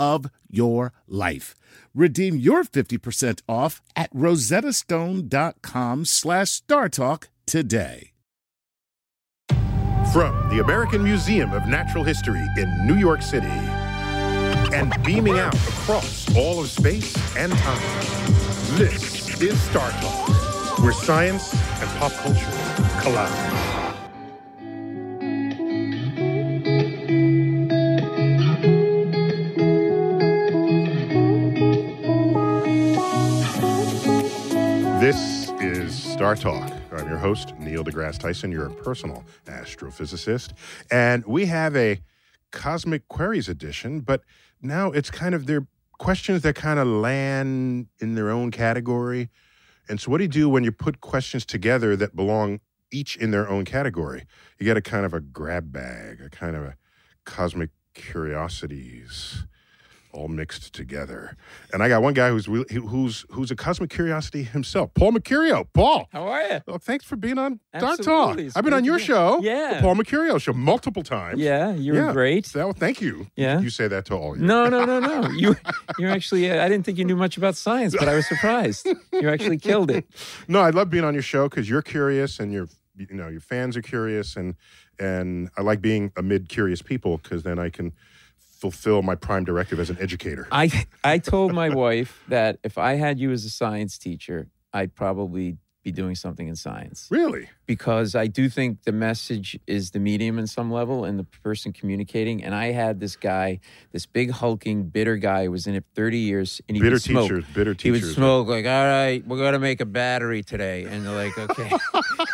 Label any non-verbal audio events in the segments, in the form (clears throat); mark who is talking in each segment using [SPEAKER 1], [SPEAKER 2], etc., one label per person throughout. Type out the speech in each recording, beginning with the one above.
[SPEAKER 1] of your life. Redeem your 50% off at rosettastone.com slash startalk today.
[SPEAKER 2] From the American Museum of Natural History in New York City and beaming out across all of space and time, this is Star Talk, where science and pop culture collide. This is Star Talk. I'm your host, Neil deGrasse Tyson, your personal astrophysicist. And we have a Cosmic Queries edition, but now it's kind of their questions that kind of land in their own category. And so, what do you do when you put questions together that belong each in their own category? You get a kind of a grab bag, a kind of a cosmic curiosities all mixed together. And I got one guy who's really- who's who's a cosmic curiosity himself, Paul Mercurio. Paul,
[SPEAKER 3] How are you?
[SPEAKER 2] well, thanks for being on Dark Talk.
[SPEAKER 3] Absolutely. It's
[SPEAKER 2] I've been
[SPEAKER 3] great
[SPEAKER 2] on
[SPEAKER 3] to
[SPEAKER 2] your
[SPEAKER 3] be-
[SPEAKER 2] show, the
[SPEAKER 3] Yeah.
[SPEAKER 2] Paul Mercurio show, multiple times.
[SPEAKER 3] Yeah, you were
[SPEAKER 2] Yeah.
[SPEAKER 3] great.
[SPEAKER 2] So thank you.
[SPEAKER 3] Yeah.
[SPEAKER 2] You say that to all you.
[SPEAKER 3] No, no,
[SPEAKER 2] (laughs)
[SPEAKER 3] no, no. You, you're actually. uh, I didn't think you knew much about science, but I was surprised. You actually killed it.
[SPEAKER 2] No, I love being on your show because you're curious and you're you know your fans are curious and and I like being amid curious people because then I can fulfill my prime directive as an educator.
[SPEAKER 3] I, I told my wife that if I had you as a science teacher, I'd probably be doing something in science
[SPEAKER 2] really?
[SPEAKER 3] because I do think the message is the medium in some level and the person communicating. And I had this guy, this big hulking bitter guy who was in it 30 years, and he
[SPEAKER 2] Bitter
[SPEAKER 3] would smoke.
[SPEAKER 2] teachers, bitter
[SPEAKER 3] He would
[SPEAKER 2] teachers.
[SPEAKER 3] smoke like, all right, we're gonna make a battery today, and they're
[SPEAKER 2] (laughs)
[SPEAKER 3] like, okay.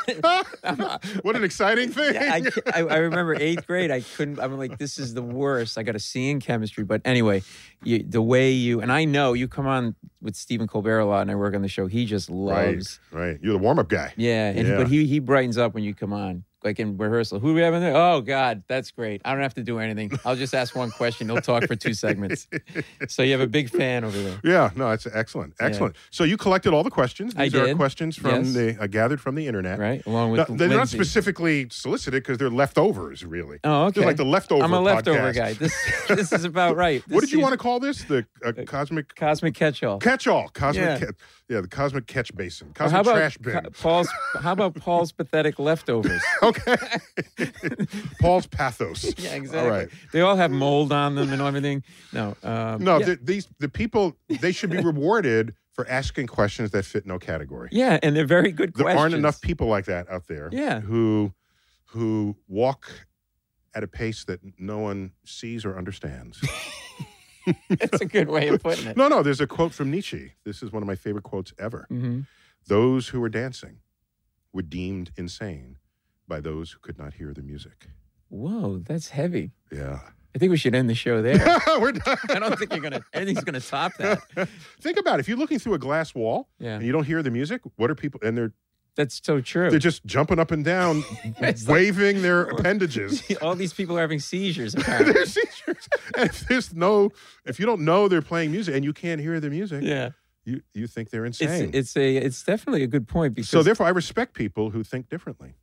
[SPEAKER 2] (laughs) Oh what an exciting thing.
[SPEAKER 3] Yeah, I, ca- I, I remember eighth grade. I couldn't. I'm like, this is the worst. I got a C in chemistry. But anyway, you, the way you and I know you come on with Stephen Colbert a lot, and I work on the show. He just
[SPEAKER 2] right,
[SPEAKER 3] loves.
[SPEAKER 2] (laughs) right. You're the warm up guy.
[SPEAKER 3] Yeah, and
[SPEAKER 2] Yeah.
[SPEAKER 3] but he he brightens up when you come on. Like in rehearsal, who do we have in there? Oh God, that's great. I don't have to do anything. I'll just ask one question. He'll talk for
[SPEAKER 2] (laughs)
[SPEAKER 3] two segments. So you have a big fan over there.
[SPEAKER 2] Yeah, no, it's excellent,
[SPEAKER 3] Yeah.
[SPEAKER 2] excellent. So you collected all the questions.
[SPEAKER 3] I
[SPEAKER 2] These are
[SPEAKER 3] did.
[SPEAKER 2] questions from
[SPEAKER 3] Yes.
[SPEAKER 2] the uh, gathered from the internet.
[SPEAKER 3] Right? Along
[SPEAKER 2] No,
[SPEAKER 3] with
[SPEAKER 2] they're not
[SPEAKER 3] Lindsay.
[SPEAKER 2] specifically solicited because they're leftovers, really.
[SPEAKER 3] Oh,
[SPEAKER 2] They're
[SPEAKER 3] okay.
[SPEAKER 2] like the leftover.
[SPEAKER 3] I'm a leftover
[SPEAKER 2] podcast.
[SPEAKER 3] guy. This this is about right.
[SPEAKER 2] What did you want to call this? The uh, cosmic
[SPEAKER 3] Cosmic catch-all.
[SPEAKER 2] catch-all, cosmic, yeah.
[SPEAKER 3] Yeah.
[SPEAKER 2] yeah, the cosmic catch basin,
[SPEAKER 3] Or
[SPEAKER 2] cosmic trash bin.
[SPEAKER 3] (laughs) Ca- Paul's?
[SPEAKER 2] (laughs)
[SPEAKER 3] How about Paul's pathetic leftovers?
[SPEAKER 2] okay, (laughs) Paul's pathos.
[SPEAKER 3] (laughs) yeah,
[SPEAKER 2] All
[SPEAKER 3] exactly.
[SPEAKER 2] right.
[SPEAKER 3] They all have mold on them and everything. No, um,
[SPEAKER 2] No,
[SPEAKER 3] yeah,
[SPEAKER 2] the, these the people they should
[SPEAKER 3] (laughs)
[SPEAKER 2] be rewarded for asking questions that fit no category.
[SPEAKER 3] yeah, and they're very good
[SPEAKER 2] there
[SPEAKER 3] questions.
[SPEAKER 2] aren't
[SPEAKER 3] (laughs)
[SPEAKER 2] enough people like that out there.
[SPEAKER 3] Yeah.
[SPEAKER 2] Who who walk at a pace that no one sees or
[SPEAKER 3] (laughs)
[SPEAKER 2] understands.
[SPEAKER 3] That's a good way of putting
[SPEAKER 2] (laughs)
[SPEAKER 3] it.
[SPEAKER 2] no, no, there's a quote from Nietzsche. This is one of my favorite quotes ever.
[SPEAKER 3] hmm
[SPEAKER 2] Those who were dancing were deemed insane by those who could not hear the music.
[SPEAKER 3] Whoa, that's heavy.
[SPEAKER 2] Yeah.
[SPEAKER 3] I think we should end the show there.
[SPEAKER 2] (laughs) we're done.
[SPEAKER 3] I don't think
[SPEAKER 2] (laughs)
[SPEAKER 3] you're gonna anything's gonna top that.
[SPEAKER 2] Think about it. If you're looking through a glass wall
[SPEAKER 3] Yeah,
[SPEAKER 2] and you don't hear the music, what are people and they're
[SPEAKER 3] that's so true.
[SPEAKER 2] they're just jumping up and down,
[SPEAKER 3] (laughs) It's like-
[SPEAKER 2] waving
[SPEAKER 3] (laughs)
[SPEAKER 2] their appendages. (laughs)
[SPEAKER 3] all these people are having seizures. Apparently.
[SPEAKER 2] their seizures. And if there's no, if you don't know they're playing music and you can't hear the music,
[SPEAKER 3] yeah,
[SPEAKER 2] You you think they're
[SPEAKER 3] It's
[SPEAKER 2] insane.
[SPEAKER 3] it's a it's definitely a good point because
[SPEAKER 2] so therefore, I respect people who think differently.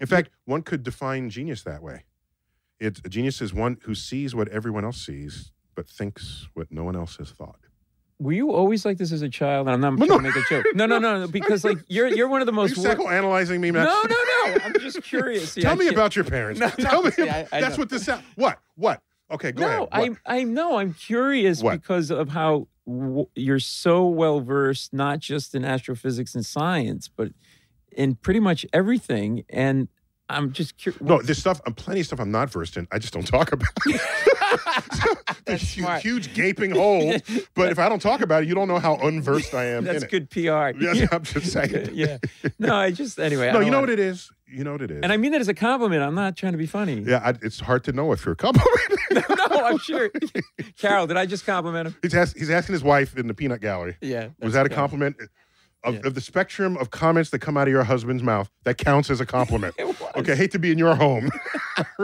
[SPEAKER 2] In fact, one could define genius that way. It's a genius is one who sees what everyone else sees, but thinks what no one else has thought.
[SPEAKER 3] were you always like this as a child? And I'm not
[SPEAKER 2] Well,
[SPEAKER 3] trying to
[SPEAKER 2] no.
[SPEAKER 3] make a joke. No,
[SPEAKER 2] (laughs)
[SPEAKER 3] no, no, no because like you're you're one of the
[SPEAKER 2] Are
[SPEAKER 3] most
[SPEAKER 2] you
[SPEAKER 3] wor-
[SPEAKER 2] psychoanalyzing (laughs) me,
[SPEAKER 3] No,
[SPEAKER 2] Max?
[SPEAKER 3] no, no. (laughs) I'm just curious.
[SPEAKER 2] (laughs)
[SPEAKER 3] See,
[SPEAKER 2] Tell
[SPEAKER 3] I
[SPEAKER 2] me
[SPEAKER 3] can't-
[SPEAKER 2] about your parents.
[SPEAKER 3] (laughs) No,
[SPEAKER 2] Tell
[SPEAKER 3] no,
[SPEAKER 2] me.
[SPEAKER 3] see, I- I
[SPEAKER 2] that's
[SPEAKER 3] know.
[SPEAKER 2] what this sounds. What? What? Okay, go
[SPEAKER 3] no,
[SPEAKER 2] ahead. What?
[SPEAKER 3] I I know I'm curious
[SPEAKER 2] What?
[SPEAKER 3] because of how w- you're so well versed not just in astrophysics and science, but in pretty much everything. And I'm just curious.
[SPEAKER 2] no, there's stuff. I'm plenty of stuff I'm not versed in. I just don't talk
[SPEAKER 3] (laughs)
[SPEAKER 2] about. (laughs) it.
[SPEAKER 3] That's
[SPEAKER 2] There's hu-
[SPEAKER 3] smart.
[SPEAKER 2] huge gaping
[SPEAKER 3] (laughs)
[SPEAKER 2] hole. But if I don't talk about it, you don't know how unversed I am.
[SPEAKER 3] That's
[SPEAKER 2] in
[SPEAKER 3] good PR.
[SPEAKER 2] It. Yes, I'm just saying.
[SPEAKER 3] (laughs) yeah. No, I just anyway. I
[SPEAKER 2] No,
[SPEAKER 3] don't
[SPEAKER 2] you know
[SPEAKER 3] wanna-
[SPEAKER 2] what it is. You know what it is.
[SPEAKER 3] And I mean that as a compliment. I'm not trying to be funny.
[SPEAKER 2] yeah, I, it's hard to know if you're a compliment.
[SPEAKER 3] (laughs)
[SPEAKER 2] (laughs)
[SPEAKER 3] no, I'm sure. Carol, did I just compliment him?
[SPEAKER 2] he's, ask, he's asking his wife in the peanut gallery.
[SPEAKER 3] Yeah.
[SPEAKER 2] Was
[SPEAKER 3] that's
[SPEAKER 2] that a
[SPEAKER 3] Carol.
[SPEAKER 2] compliment? Of,
[SPEAKER 3] Yeah.
[SPEAKER 2] of the spectrum of comments that come out of your husband's mouth, that counts as a compliment.
[SPEAKER 3] (laughs) It was.
[SPEAKER 2] okay, hate to be in your home. (laughs)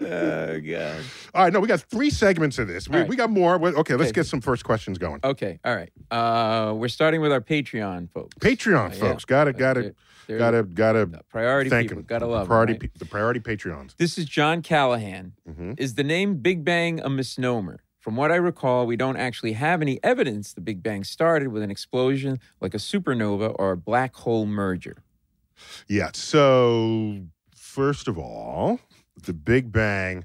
[SPEAKER 3] Oh god.
[SPEAKER 2] All right, no, we got three segments of this. We,
[SPEAKER 3] All right.
[SPEAKER 2] we got more. We- Okay, let's
[SPEAKER 3] Okay. Oh,
[SPEAKER 2] get some first questions going.
[SPEAKER 3] Okay. All right. Uh, we're starting with our Patreon folks.
[SPEAKER 2] Patreon,
[SPEAKER 3] Uh, yeah.
[SPEAKER 2] folks, got to, got to,
[SPEAKER 3] They're- they're
[SPEAKER 2] got to, got to
[SPEAKER 3] the priority
[SPEAKER 2] thank
[SPEAKER 3] people.
[SPEAKER 2] them.
[SPEAKER 3] Gotta love 'em,
[SPEAKER 2] priority,
[SPEAKER 3] right?
[SPEAKER 2] pe- the priority Patreons.
[SPEAKER 3] This is John Callahan.
[SPEAKER 2] hmm
[SPEAKER 3] Is the name Big Bang a misnomer? From what I recall, we don't actually have any evidence the Big Bang started with an explosion like a supernova or a black hole merger.
[SPEAKER 2] Yeah. So first of all, the Big Bang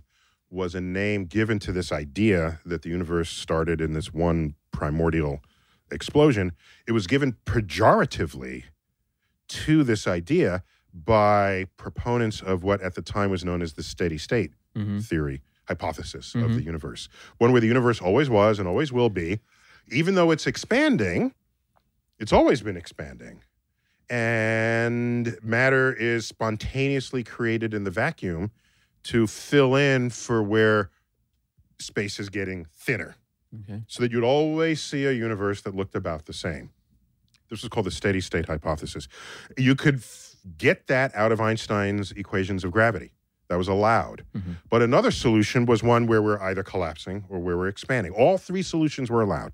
[SPEAKER 2] was a name given to this idea that the universe started in this one primordial explosion. It was given pejoratively to this idea by proponents of what at the time was known as the steady state.
[SPEAKER 3] Mm-hmm.
[SPEAKER 2] theory hypothesis of
[SPEAKER 3] Mhm.
[SPEAKER 2] the universe one where the universe always was and always will be even though it's expanding it's always been expanding and matter is spontaneously created in the vacuum to fill in for where space is getting thinner
[SPEAKER 3] Okay.
[SPEAKER 2] so that you'd always see a universe that looked about the same. This is called the steady state hypothesis. You could f- get that out of Einstein's equations of gravity. That was allowed.
[SPEAKER 3] Mhm.
[SPEAKER 2] But another solution was one where we're either collapsing or where we're expanding. All three solutions were allowed.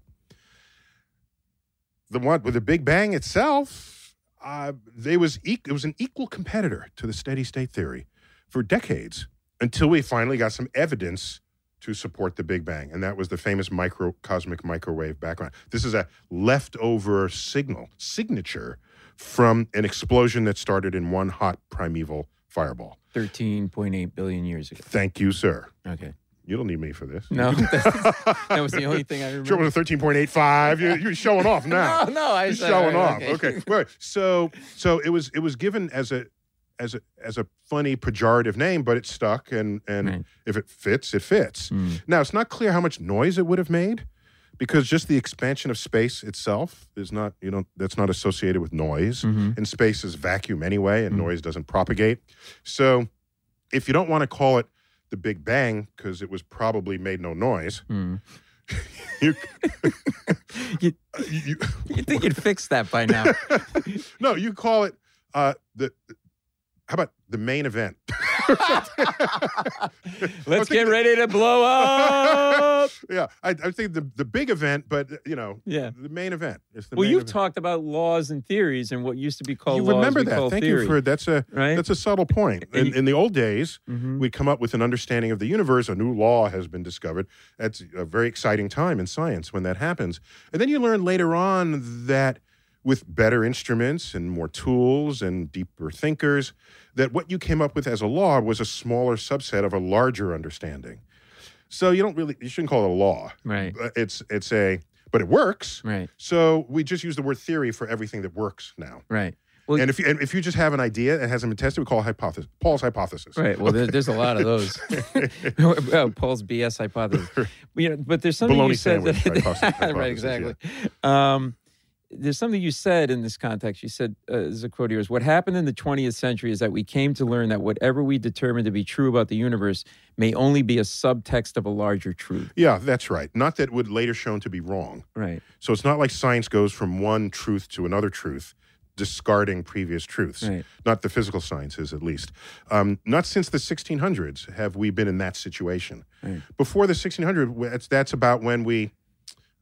[SPEAKER 2] The one with the Big Bang itself, uh, they was e- it was an equal competitor to the steady state theory for decades until we finally got some evidence to support the Big Bang, and that was the famous microcosmic microwave background. This is a leftover signal signature from an explosion that started in one hot primeval fireball.
[SPEAKER 3] 13.8 billion years ago.
[SPEAKER 2] Thank you, sir.
[SPEAKER 3] Okay.
[SPEAKER 2] You don't need me for this.
[SPEAKER 3] No, (laughs) that
[SPEAKER 2] that
[SPEAKER 3] was the
[SPEAKER 2] (laughs)
[SPEAKER 3] only thing I remember.
[SPEAKER 2] Sure, it was a thirteen point eight five. You're, you're showing off now.
[SPEAKER 3] (laughs) No, no, I
[SPEAKER 2] You're
[SPEAKER 3] was
[SPEAKER 2] showing off. Okay. Right. So so it was it was given as a as a as a funny pejorative name, but it stuck and and
[SPEAKER 3] Right.
[SPEAKER 2] if it fits, it fits.
[SPEAKER 3] Mm.
[SPEAKER 2] Now it's not clear how much noise it would have made because just the expansion of space itself is not you know that's not associated with noise
[SPEAKER 3] Mhm.
[SPEAKER 2] and space is vacuum anyway, and
[SPEAKER 3] Mhm.
[SPEAKER 2] noise doesn't propagate. So, if you don't want to call it the Big Bang because it was probably made no noise,
[SPEAKER 3] Mm.
[SPEAKER 2] you,
[SPEAKER 3] (laughs) (laughs) You-
[SPEAKER 2] (laughs) you-
[SPEAKER 3] You'd think you'd fix that by now.
[SPEAKER 2] (laughs) no, you call it uh, the. How about the main
[SPEAKER 3] (laughs)
[SPEAKER 2] event? (laughs)
[SPEAKER 3] Let's get ready to
[SPEAKER 2] (laughs)
[SPEAKER 3] blow up.
[SPEAKER 2] Yeah, I, I think the the big event, but you know,
[SPEAKER 3] Yeah.
[SPEAKER 2] the main event. It's the
[SPEAKER 3] Well,
[SPEAKER 2] main
[SPEAKER 3] you've
[SPEAKER 2] event.
[SPEAKER 3] talked about laws and theories and what used to be called
[SPEAKER 2] You
[SPEAKER 3] laws.
[SPEAKER 2] remember
[SPEAKER 3] we
[SPEAKER 2] that?
[SPEAKER 3] call
[SPEAKER 2] Thank
[SPEAKER 3] theory,
[SPEAKER 2] you for that's a
[SPEAKER 3] right.
[SPEAKER 2] that's a subtle point.
[SPEAKER 3] And
[SPEAKER 2] In,
[SPEAKER 3] you-
[SPEAKER 2] in the old days,
[SPEAKER 3] Mhm.
[SPEAKER 2] we'd come up with an understanding of the universe. A new law has been discovered. That's a very exciting time in science when that happens. And then you learn later on that with better instruments and more tools and deeper thinkers, that what you came up with as a law was a smaller subset of a larger understanding. So you don't really, you shouldn't call it a law.
[SPEAKER 3] Right.
[SPEAKER 2] But It's, it's a, but it works.
[SPEAKER 3] Right.
[SPEAKER 2] So we just use the word theory for everything that works now.
[SPEAKER 3] Right. Well,
[SPEAKER 2] And if you, and if you just have an idea that hasn't been tested, we call it hypothesis, Paul's (laughs) hypothesis.
[SPEAKER 3] Right. Well, there, there's a lot
[SPEAKER 2] (laughs)
[SPEAKER 3] of those. (laughs) oh, Paul's BS hypothesis. But, you know, but there's something you
[SPEAKER 2] Bologna
[SPEAKER 3] said.
[SPEAKER 2] sandwich
[SPEAKER 3] (laughs)
[SPEAKER 2] hypothesis-
[SPEAKER 3] right.
[SPEAKER 2] hypothesis, yeah.
[SPEAKER 3] Exactly. Um, there's something you said in this context. You said, uh, this is a quote here, is what happened in the 20th century is that we came to learn that whatever we determine to be true about the universe may only be a subtext of a larger truth.
[SPEAKER 2] Yeah, that's right. Not that it would later shown to be wrong.
[SPEAKER 3] Right.
[SPEAKER 2] So it's not like science goes from one truth to another truth, discarding previous truths.
[SPEAKER 3] Right.
[SPEAKER 2] Not the physical sciences, at least. Um, not since the 1600s have we been in that situation.
[SPEAKER 3] Right.
[SPEAKER 2] Before the 1600s, that's, that's about when we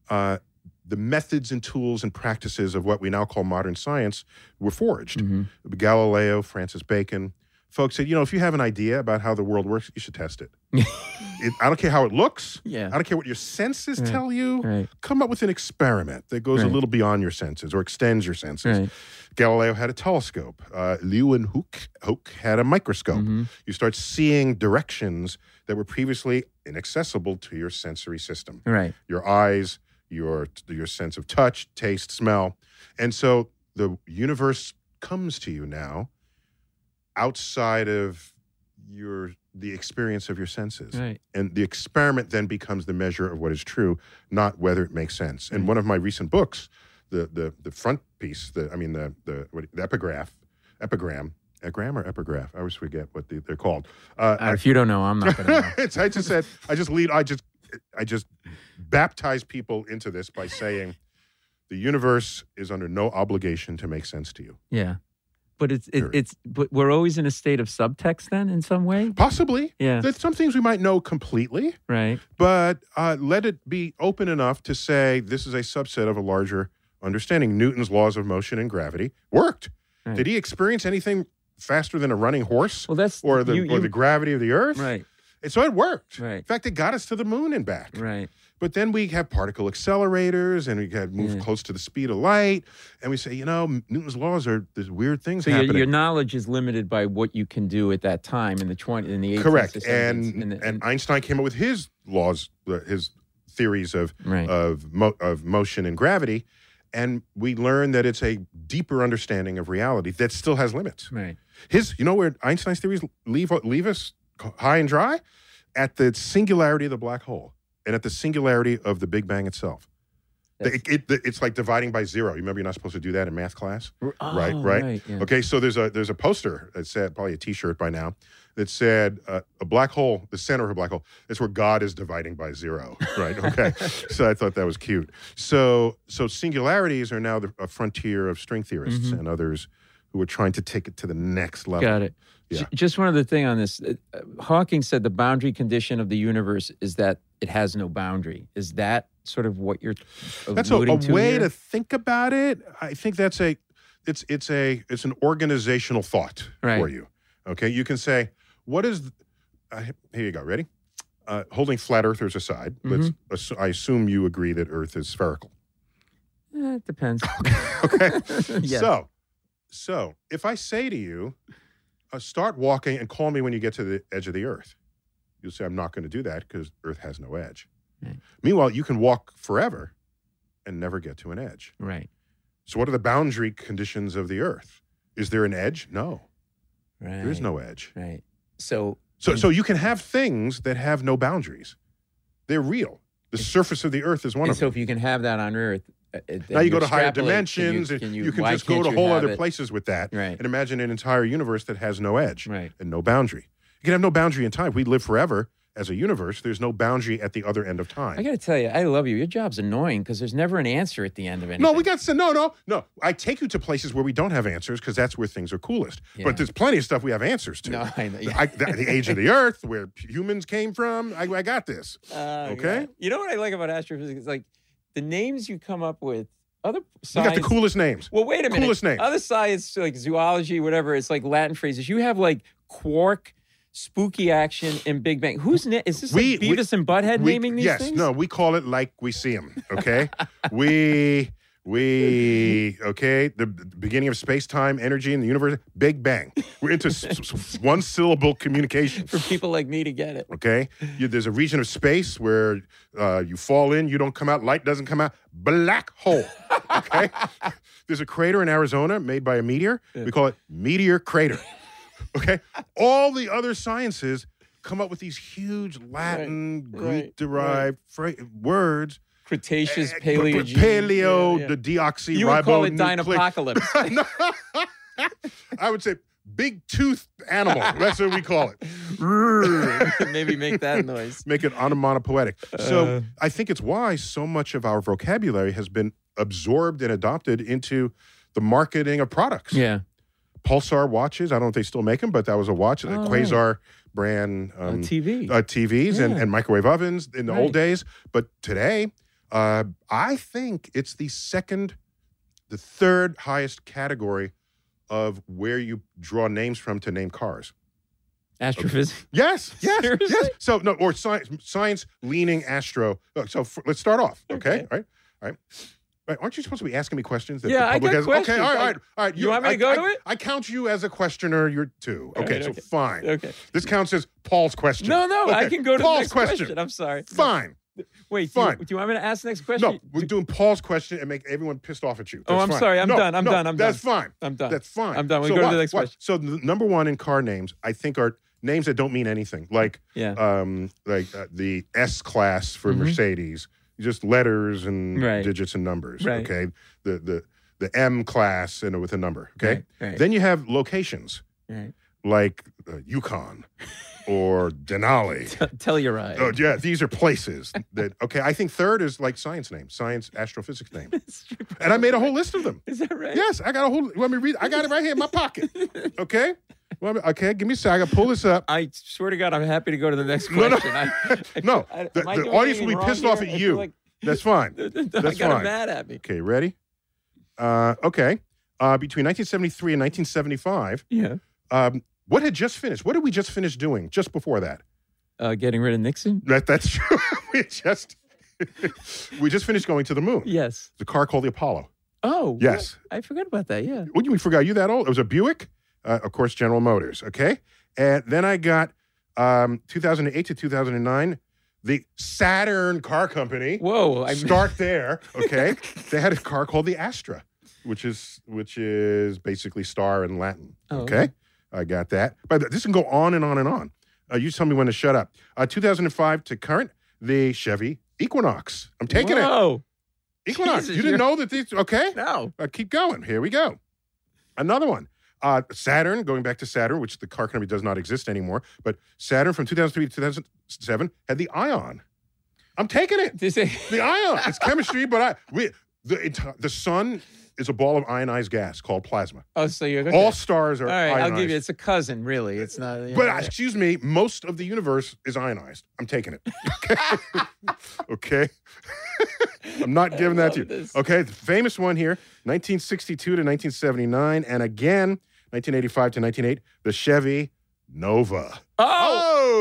[SPEAKER 2] uh, the methods and tools and practices of what we now call modern science were forged.
[SPEAKER 3] mm-hmm.
[SPEAKER 2] Galileo, Francis Bacon, folks said, you know, if you have an idea about how the world works, you should test
[SPEAKER 3] (laughs)
[SPEAKER 2] it. it I don't care how it looks. I
[SPEAKER 3] Yeah.
[SPEAKER 2] don't care what your senses
[SPEAKER 3] Right.
[SPEAKER 2] tell you.
[SPEAKER 3] Right.
[SPEAKER 2] Come up with an experiment that goes a
[SPEAKER 3] Right.
[SPEAKER 2] little beyond your senses or extends your senses.
[SPEAKER 3] Right.
[SPEAKER 2] Galileo had a telescope. Uh, Leeuwenhoek Hoek had a microscope.
[SPEAKER 3] Mhm.
[SPEAKER 2] You start seeing directions that were previously inaccessible to your sensory system,
[SPEAKER 3] Right.
[SPEAKER 2] your eyes, your your sense of touch, taste, smell, and so the universe comes to you now outside of your the experience of your senses
[SPEAKER 3] Right.
[SPEAKER 2] and the experiment then becomes the measure of what is true, not whether it makes sense. And
[SPEAKER 3] Mhm.
[SPEAKER 2] one of my recent books, the the the front piece, the I mean the the, what, the epigraph, epigram, epigram or epigraph, I always forget what the, they're called. Uh,
[SPEAKER 3] Uh, if you don't know, I'm not
[SPEAKER 2] (laughs)
[SPEAKER 3] going to know.
[SPEAKER 2] it's, I just said I just lead I just I just baptize people into this by saying the universe is under no obligation to make sense to you.
[SPEAKER 3] Yeah. But it's it,
[SPEAKER 2] Period.
[SPEAKER 3] it's but we're always in a state of subtext then in some way.
[SPEAKER 2] Possibly,
[SPEAKER 3] Yeah.
[SPEAKER 2] there's some things we might know completely.
[SPEAKER 3] Right.
[SPEAKER 2] but uh, let it be open enough to say this is a subset of a larger understanding. Newton's laws of motion and gravity worked.
[SPEAKER 3] Right.
[SPEAKER 2] Did he experience anything faster than a running horse
[SPEAKER 3] Well, that's
[SPEAKER 2] or the
[SPEAKER 3] you-
[SPEAKER 2] or
[SPEAKER 3] you-
[SPEAKER 2] the gravity of the Earth?
[SPEAKER 3] right.
[SPEAKER 2] And so it worked.
[SPEAKER 3] Right.
[SPEAKER 2] In fact, it got us to the moon and back.
[SPEAKER 3] Right.
[SPEAKER 2] But then we have particle accelerators, and we had move
[SPEAKER 3] Yeah.
[SPEAKER 2] close to the speed of light, and we say, you know, Newton's laws are there's weird things
[SPEAKER 3] So your,
[SPEAKER 2] happening.
[SPEAKER 3] your knowledge is limited by what you can do at that time in the twenty in the 18th
[SPEAKER 2] Correct.
[SPEAKER 3] century,
[SPEAKER 2] And
[SPEAKER 3] in
[SPEAKER 2] and,
[SPEAKER 3] the- in-
[SPEAKER 2] Einstein came up with his laws, uh, his theories of
[SPEAKER 3] right.
[SPEAKER 2] of mo- of motion and gravity, and we learn that it's a deeper understanding of reality that still has limits.
[SPEAKER 3] right.
[SPEAKER 2] His, you know, where Einstein's theories leave leave us high and dry at the singularity of the black hole and at the singularity of the Big Bang itself. The-
[SPEAKER 3] That's-
[SPEAKER 2] it- it- it's like dividing by zero. You remember you're not supposed to do that in math class.
[SPEAKER 3] Oh,
[SPEAKER 2] right, right.
[SPEAKER 3] right. yeah.
[SPEAKER 2] Okay, so there's a there's a poster that said probably a T-shirt by now that said uh, a black hole, the center of a black hole. That's where God is dividing by zero, right? Okay, so I thought that was cute. So so singularities are now the a frontier of string theorists
[SPEAKER 3] Mhm.
[SPEAKER 2] and others who are trying to take it to the next level.
[SPEAKER 3] Got it. J-
[SPEAKER 2] uh, Yeah.
[SPEAKER 3] Just one other thing on this. Uh, uh, Hawking said the boundary condition of the universe is that it has no boundary. Is that sort of what you're
[SPEAKER 2] That's a,
[SPEAKER 3] alluding
[SPEAKER 2] a
[SPEAKER 3] to
[SPEAKER 2] way
[SPEAKER 3] here?
[SPEAKER 2] to think about it. I think that's a it's it's a it's an organizational thought for
[SPEAKER 3] Right.
[SPEAKER 2] you. Okay, you can say what is th- uh, here you go. Ready? Uh, holding flat earthers aside, let's
[SPEAKER 3] Mm-hmm.
[SPEAKER 2] assu- I assume you agree that Earth is spherical. (laughs)
[SPEAKER 3] Eh, it depends.
[SPEAKER 2] Okay.
[SPEAKER 3] (laughs) Yes.
[SPEAKER 2] So, so if I say to you, uh, start walking and call me when you get to the edge of the Earth, you'll say I'm not going to do that because Earth has no edge.
[SPEAKER 3] Right.
[SPEAKER 2] Meanwhile, you can walk forever and never get to an edge.
[SPEAKER 3] Right.
[SPEAKER 2] So, what are the boundary conditions of the Earth? Is there an edge? No,
[SPEAKER 3] Right.
[SPEAKER 2] there is no edge.
[SPEAKER 3] Right. So
[SPEAKER 2] So, so you can have things that have no boundaries. They're real. The surface of the Earth is one
[SPEAKER 3] and
[SPEAKER 2] of
[SPEAKER 3] so
[SPEAKER 2] them.
[SPEAKER 3] if you can have that on Earth, uh, it-
[SPEAKER 2] Now
[SPEAKER 3] and
[SPEAKER 2] you go to higher
[SPEAKER 3] extrapolate,
[SPEAKER 2] dimensions, and you, can
[SPEAKER 3] why
[SPEAKER 2] just go
[SPEAKER 3] can't
[SPEAKER 2] to
[SPEAKER 3] you
[SPEAKER 2] whole
[SPEAKER 3] have
[SPEAKER 2] other
[SPEAKER 3] it?
[SPEAKER 2] places with that,
[SPEAKER 3] Right.
[SPEAKER 2] and imagine an entire universe that has no edge
[SPEAKER 3] Right.
[SPEAKER 2] and no boundary. You can have no boundary in time. We live forever as a universe. There's no boundary at the other end of
[SPEAKER 3] I
[SPEAKER 2] time.
[SPEAKER 3] got to tell you, I love you. Your job's annoying because there's never an answer at the end of anything.
[SPEAKER 2] No, we got to no, no, no. I take you to places where we don't have answers because that's where things are coolest.
[SPEAKER 3] Yeah.
[SPEAKER 2] But there's plenty of stuff we have answers to.
[SPEAKER 3] No, I know.
[SPEAKER 2] The-
[SPEAKER 3] yeah.
[SPEAKER 2] I, the, the age of
[SPEAKER 3] (laughs)
[SPEAKER 2] the earth, where humans came from. I, I got this.
[SPEAKER 3] Oh,
[SPEAKER 2] Okay.
[SPEAKER 3] yeah. You know what I like about astrophysics? It's Like the names you come up with, other
[SPEAKER 2] You
[SPEAKER 3] science.
[SPEAKER 2] got the coolest names.
[SPEAKER 3] well, wait a minute.
[SPEAKER 2] coolest names.
[SPEAKER 3] Other science, like zoology, whatever. It's like Latin phrases. You have like quark, spooky action, and Big Bang. Who's na- is this?
[SPEAKER 2] We-
[SPEAKER 3] like
[SPEAKER 2] we-
[SPEAKER 3] Beavis and Butthead
[SPEAKER 2] We-
[SPEAKER 3] naming these
[SPEAKER 2] yes,
[SPEAKER 3] things?
[SPEAKER 2] no, we call it like we see them.
[SPEAKER 3] (laughs)
[SPEAKER 2] Okay, we we okay. The, the beginning of space time, energy in the universe, Big Bang. We're into s- s- one syllable communication.
[SPEAKER 3] For people like me to get it.
[SPEAKER 2] Okay, you, there's a region of space where uh, you fall in, you don't come out, light doesn't come out, black hole. Okay, (laughs) there's a crater in Arizona made by a meteor.
[SPEAKER 3] Yeah.
[SPEAKER 2] We call it meteor crater. Okay, all the other sciences come up with these huge Latin,
[SPEAKER 3] Right, right,
[SPEAKER 2] Greek derived fra- words.
[SPEAKER 3] Cretaceous,
[SPEAKER 2] Eh, but- but
[SPEAKER 3] paleo,
[SPEAKER 2] paleo,
[SPEAKER 3] yeah, yeah.
[SPEAKER 2] the deoxy,
[SPEAKER 3] You would call it dynapocalypse.
[SPEAKER 2] I would say big tooth animal. That's what we call it. (laughs)
[SPEAKER 3] (laughs) Maybe make that noise.
[SPEAKER 2] make it onomatopoetic. So
[SPEAKER 3] Uh.
[SPEAKER 2] I think it's why so much of our vocabulary has been absorbed and adopted into the marketing of products.
[SPEAKER 3] Yeah.
[SPEAKER 2] Pulsar watches, I don't know if they still make them, but that was a watch, a
[SPEAKER 3] Oh, right.
[SPEAKER 2] Quasar brand um,
[SPEAKER 3] TV.
[SPEAKER 2] uh, TVs and,
[SPEAKER 3] Yeah.
[SPEAKER 2] and microwave ovens in the old
[SPEAKER 3] Right.
[SPEAKER 2] days. But today, Uh, I think it's the second, the third highest category of where you draw names from to name cars.
[SPEAKER 3] Astrophysics.
[SPEAKER 2] Yes, yes,
[SPEAKER 3] Seriously?
[SPEAKER 2] yes. So no, or science, science leaning astro. Look, So f let's start off. Okay,
[SPEAKER 3] Okay.
[SPEAKER 2] all right, all right. Right, aren't you supposed to be asking me questions? That
[SPEAKER 3] Yeah,
[SPEAKER 2] the
[SPEAKER 3] I
[SPEAKER 2] public
[SPEAKER 3] got
[SPEAKER 2] has?
[SPEAKER 3] questions.
[SPEAKER 2] Okay, all right,
[SPEAKER 3] I-
[SPEAKER 2] all right, all right.
[SPEAKER 3] You want me to
[SPEAKER 2] I-
[SPEAKER 3] go
[SPEAKER 2] I-
[SPEAKER 3] to it?
[SPEAKER 2] I count you as a questioner. You're two.
[SPEAKER 3] All
[SPEAKER 2] Okay,
[SPEAKER 3] right,
[SPEAKER 2] so
[SPEAKER 3] okay.
[SPEAKER 2] fine.
[SPEAKER 3] Okay.
[SPEAKER 2] This counts as Paul's question.
[SPEAKER 3] No, no, I
[SPEAKER 2] Okay,
[SPEAKER 3] can go to
[SPEAKER 2] Paul's
[SPEAKER 3] the next
[SPEAKER 2] question.
[SPEAKER 3] question. I'm sorry. No,
[SPEAKER 2] Fine.
[SPEAKER 3] Wait,
[SPEAKER 2] fine.
[SPEAKER 3] Do, you, do you want me to ask the next question?
[SPEAKER 2] No, we're doing Paul's question and make everyone pissed off at you.
[SPEAKER 3] Oh,
[SPEAKER 2] That's
[SPEAKER 3] I'm
[SPEAKER 2] fine.
[SPEAKER 3] sorry. I'm
[SPEAKER 2] No,
[SPEAKER 3] done. I'm
[SPEAKER 2] no,
[SPEAKER 3] done. I'm
[SPEAKER 2] That's
[SPEAKER 3] done.
[SPEAKER 2] fine.
[SPEAKER 3] I'm done.
[SPEAKER 2] That's fine.
[SPEAKER 3] I'm done. We
[SPEAKER 2] So
[SPEAKER 3] go to
[SPEAKER 2] what-
[SPEAKER 3] the next
[SPEAKER 2] what-
[SPEAKER 3] question.
[SPEAKER 2] So the number one in car names, I think, are names that don't mean anything, like
[SPEAKER 3] Yeah.
[SPEAKER 2] um, like uh, the S class for
[SPEAKER 3] Mhm.
[SPEAKER 2] Mercedes, just letters and
[SPEAKER 3] Right.
[SPEAKER 2] digits and numbers.
[SPEAKER 3] Right.
[SPEAKER 2] Okay, the the the M class and with a number. Okay,
[SPEAKER 3] Right.
[SPEAKER 2] then you have locations
[SPEAKER 3] right.
[SPEAKER 2] like uh,
[SPEAKER 3] (laughs)
[SPEAKER 2] Yukon or Denali.
[SPEAKER 3] T- Telluride. (laughs)
[SPEAKER 2] Oh yeah, these are places that okay. I think third is like science name, science astrophysics name, and I made a whole list of
[SPEAKER 3] (laughs)
[SPEAKER 2] them.
[SPEAKER 3] Is that right?
[SPEAKER 2] Yes, I got a whole. Let me read. I got it right here in my pocket. Okay, Let me- okay. Give me a second. I gotta Pull this up. (laughs)
[SPEAKER 3] I swear to God, I'm happy to go to the next
[SPEAKER 2] No, no.
[SPEAKER 3] question. I, I-
[SPEAKER 2] No,
[SPEAKER 3] I-
[SPEAKER 2] the-
[SPEAKER 3] am I
[SPEAKER 2] the audience
[SPEAKER 3] doing
[SPEAKER 2] will
[SPEAKER 3] anything
[SPEAKER 2] be
[SPEAKER 3] wrong
[SPEAKER 2] pissed off
[SPEAKER 3] here?
[SPEAKER 2] at
[SPEAKER 3] I feel
[SPEAKER 2] you.
[SPEAKER 3] Like, (laughs)
[SPEAKER 2] That's fine.
[SPEAKER 3] I
[SPEAKER 2] That's
[SPEAKER 3] got 'em
[SPEAKER 2] fine.
[SPEAKER 3] mad at me.
[SPEAKER 2] Okay, ready? Uh, okay. Uh, between 1973 and 1975,
[SPEAKER 3] Yeah.
[SPEAKER 2] um, what had just finished? What did we just finish doing just before that?
[SPEAKER 3] Uh, getting rid of Nixon?
[SPEAKER 2] That that's (laughs) true. we just (laughs) we just finished going to the moon.
[SPEAKER 3] Yes.
[SPEAKER 2] The car called the Apollo.
[SPEAKER 3] Oh. what?
[SPEAKER 2] Yes.
[SPEAKER 3] I forgot about that. Yeah.
[SPEAKER 2] What do you mean, forgot you that old? It was a Buick, uh, of course, General Motors. Okay, and then I got um, 2008 to 2009, the Saturn Car Company.
[SPEAKER 3] Whoa. I (laughs)
[SPEAKER 2] Start there, okay? they had a car called the Astra, which is which is basically star in Latin.
[SPEAKER 3] Oh,
[SPEAKER 2] okay,
[SPEAKER 3] okay.
[SPEAKER 2] I got that. But this can go on and on and on. Uh, you tell me when to shut up. Uh, 2005 to current, the Chevy Equinox. I'm taking
[SPEAKER 3] Whoa.
[SPEAKER 2] it. Equinox.
[SPEAKER 3] Jesus,
[SPEAKER 2] you didn't
[SPEAKER 3] you're-
[SPEAKER 2] know that these? Okay.
[SPEAKER 3] No.
[SPEAKER 2] Uh, keep going. Here we go. Another one. Uh, Saturn, going back to Saturn, which the car company does not exist anymore, but Saturn from 2003 to 2007 had the Ion. I'm taking it.
[SPEAKER 3] This is- (laughs)
[SPEAKER 2] The ion. It's chemistry, but I we the enti- the sun is a ball of ionized gas called plasma.
[SPEAKER 3] oh, so you're okay.
[SPEAKER 2] All stars are
[SPEAKER 3] All right.
[SPEAKER 2] ionized.
[SPEAKER 3] I'll give you. It's a cousin, really. It's not. you
[SPEAKER 2] But
[SPEAKER 3] know,
[SPEAKER 2] uh, excuse me, most of the universe is ionized. I'm taking it. (laughs) Okay. (laughs) okay. I'm not giving that to you.
[SPEAKER 3] love this.
[SPEAKER 2] Okay. The famous one here, 1962 to 1979, and again 1985 to 1988, the Chevy Nova.
[SPEAKER 3] Oh.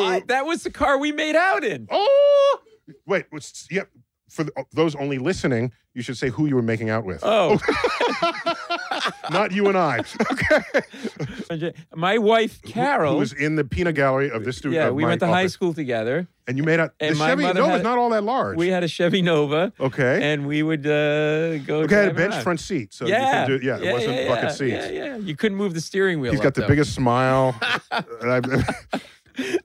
[SPEAKER 2] Oh.
[SPEAKER 3] I- that was the car we made out in.
[SPEAKER 2] Oh, wait. what's- Yep. For th- those only listening, you should say who you were making out with.
[SPEAKER 3] Oh,
[SPEAKER 2] (laughs) Not you and I. Okay.
[SPEAKER 3] my wife (laughs) Carol.
[SPEAKER 2] Who was in the peanut gallery of this student?
[SPEAKER 3] yeah,
[SPEAKER 2] of
[SPEAKER 3] we
[SPEAKER 2] my
[SPEAKER 3] went to high
[SPEAKER 2] office.
[SPEAKER 3] school together.
[SPEAKER 2] And you made out.
[SPEAKER 3] and
[SPEAKER 2] the
[SPEAKER 3] my
[SPEAKER 2] Chevy
[SPEAKER 3] mother
[SPEAKER 2] Nova
[SPEAKER 3] had-
[SPEAKER 2] is not all that large.
[SPEAKER 3] We had a Chevy Nova,
[SPEAKER 2] okay.
[SPEAKER 3] and we would uh,
[SPEAKER 2] okay. I
[SPEAKER 3] go.
[SPEAKER 2] had a
[SPEAKER 3] drive
[SPEAKER 2] bench
[SPEAKER 3] around.
[SPEAKER 2] front seat, so you
[SPEAKER 3] yeah.
[SPEAKER 2] could do- yeah, it wasn't
[SPEAKER 3] yeah,
[SPEAKER 2] bucket
[SPEAKER 3] yeah,
[SPEAKER 2] seats.
[SPEAKER 3] Yeah, yeah, you couldn't move the steering wheel.
[SPEAKER 2] He's
[SPEAKER 3] up,
[SPEAKER 2] got the
[SPEAKER 3] though.
[SPEAKER 2] biggest
[SPEAKER 3] (laughs)
[SPEAKER 2] smile. And I've- (laughs)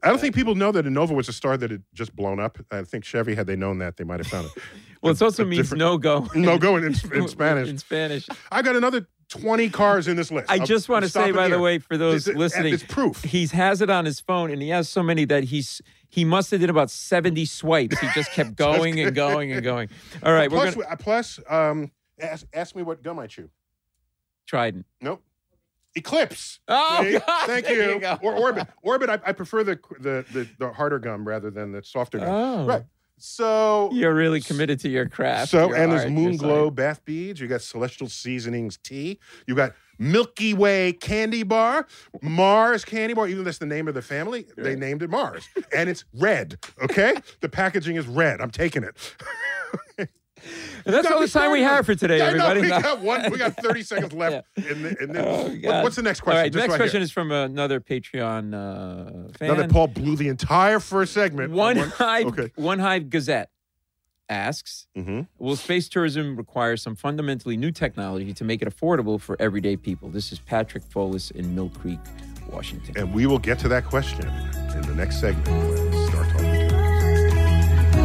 [SPEAKER 2] I don't think people know that a Nova was a star that had just blown up. I think Chevy, had they known that, they might have found
[SPEAKER 3] (laughs)
[SPEAKER 2] it.
[SPEAKER 3] Well, it also means
[SPEAKER 2] different-
[SPEAKER 3] no go.
[SPEAKER 2] no,
[SPEAKER 3] (laughs)
[SPEAKER 2] go in, in, in
[SPEAKER 3] In
[SPEAKER 2] Spanish.
[SPEAKER 3] Spanish.
[SPEAKER 2] I got another 20 cars in this list.
[SPEAKER 3] I
[SPEAKER 2] I'll
[SPEAKER 3] just want to
[SPEAKER 2] stop
[SPEAKER 3] say,
[SPEAKER 2] it
[SPEAKER 3] by the
[SPEAKER 2] here.
[SPEAKER 3] way, for
[SPEAKER 2] This-
[SPEAKER 3] those
[SPEAKER 2] this-
[SPEAKER 3] listening,
[SPEAKER 2] it's proof.
[SPEAKER 3] He has it on his phone, and he has so many that he's he must have did about seventy swipes. He
[SPEAKER 2] (laughs)
[SPEAKER 3] just kept going and going and going. All right, we're
[SPEAKER 2] plus,
[SPEAKER 3] gonna
[SPEAKER 2] uh, plus um, ask, ask me what gum I chew.
[SPEAKER 3] Trident.
[SPEAKER 2] Nope. Eclipse.
[SPEAKER 3] Oh,
[SPEAKER 2] See?
[SPEAKER 3] God,
[SPEAKER 2] thank
[SPEAKER 3] there
[SPEAKER 2] you.
[SPEAKER 3] you go.
[SPEAKER 2] Or orbit. Orbit. I, I prefer the, the the the harder gum rather than the softer gum.
[SPEAKER 3] Oh,
[SPEAKER 2] Right. So
[SPEAKER 3] You're really committed to your craft.
[SPEAKER 2] so
[SPEAKER 3] your
[SPEAKER 2] and there's
[SPEAKER 3] art, your
[SPEAKER 2] moon
[SPEAKER 3] science.
[SPEAKER 2] glow bath beads. You got celestial seasonings tea. You got Milky Way candy bar, Mars candy bar. Even though that's the name of the family. They
[SPEAKER 3] Right.
[SPEAKER 2] named it Mars, and it's red. Okay, (laughs) the packaging is red. I'm taking it.
[SPEAKER 3] And that's
[SPEAKER 2] Got
[SPEAKER 3] all
[SPEAKER 2] me
[SPEAKER 3] the time we
[SPEAKER 2] started.
[SPEAKER 3] have for today,
[SPEAKER 2] Yeah, (laughs) I know.
[SPEAKER 3] everybody.
[SPEAKER 2] We
[SPEAKER 3] No.
[SPEAKER 2] got one. We got 30
[SPEAKER 3] (laughs)
[SPEAKER 2] seconds left. In the, in the,
[SPEAKER 3] Oh,
[SPEAKER 2] what-
[SPEAKER 3] God.
[SPEAKER 2] what's the next
[SPEAKER 3] All
[SPEAKER 2] question?
[SPEAKER 3] right,
[SPEAKER 2] Just
[SPEAKER 3] next
[SPEAKER 2] right here.
[SPEAKER 3] question is from uh, another Patreon uh, fan.
[SPEAKER 2] Now that Paul blew the entire first segment.
[SPEAKER 3] One (laughs) Hive,
[SPEAKER 2] Okay.
[SPEAKER 3] One Hive Gazette asks
[SPEAKER 2] Mm-hmm.
[SPEAKER 3] Will space tourism require some fundamentally new technology to make it affordable for everyday people? This is Patrick Folis in Mill Creek, Washington.
[SPEAKER 2] And we will get to that question in the next segment. when Star Talk returns.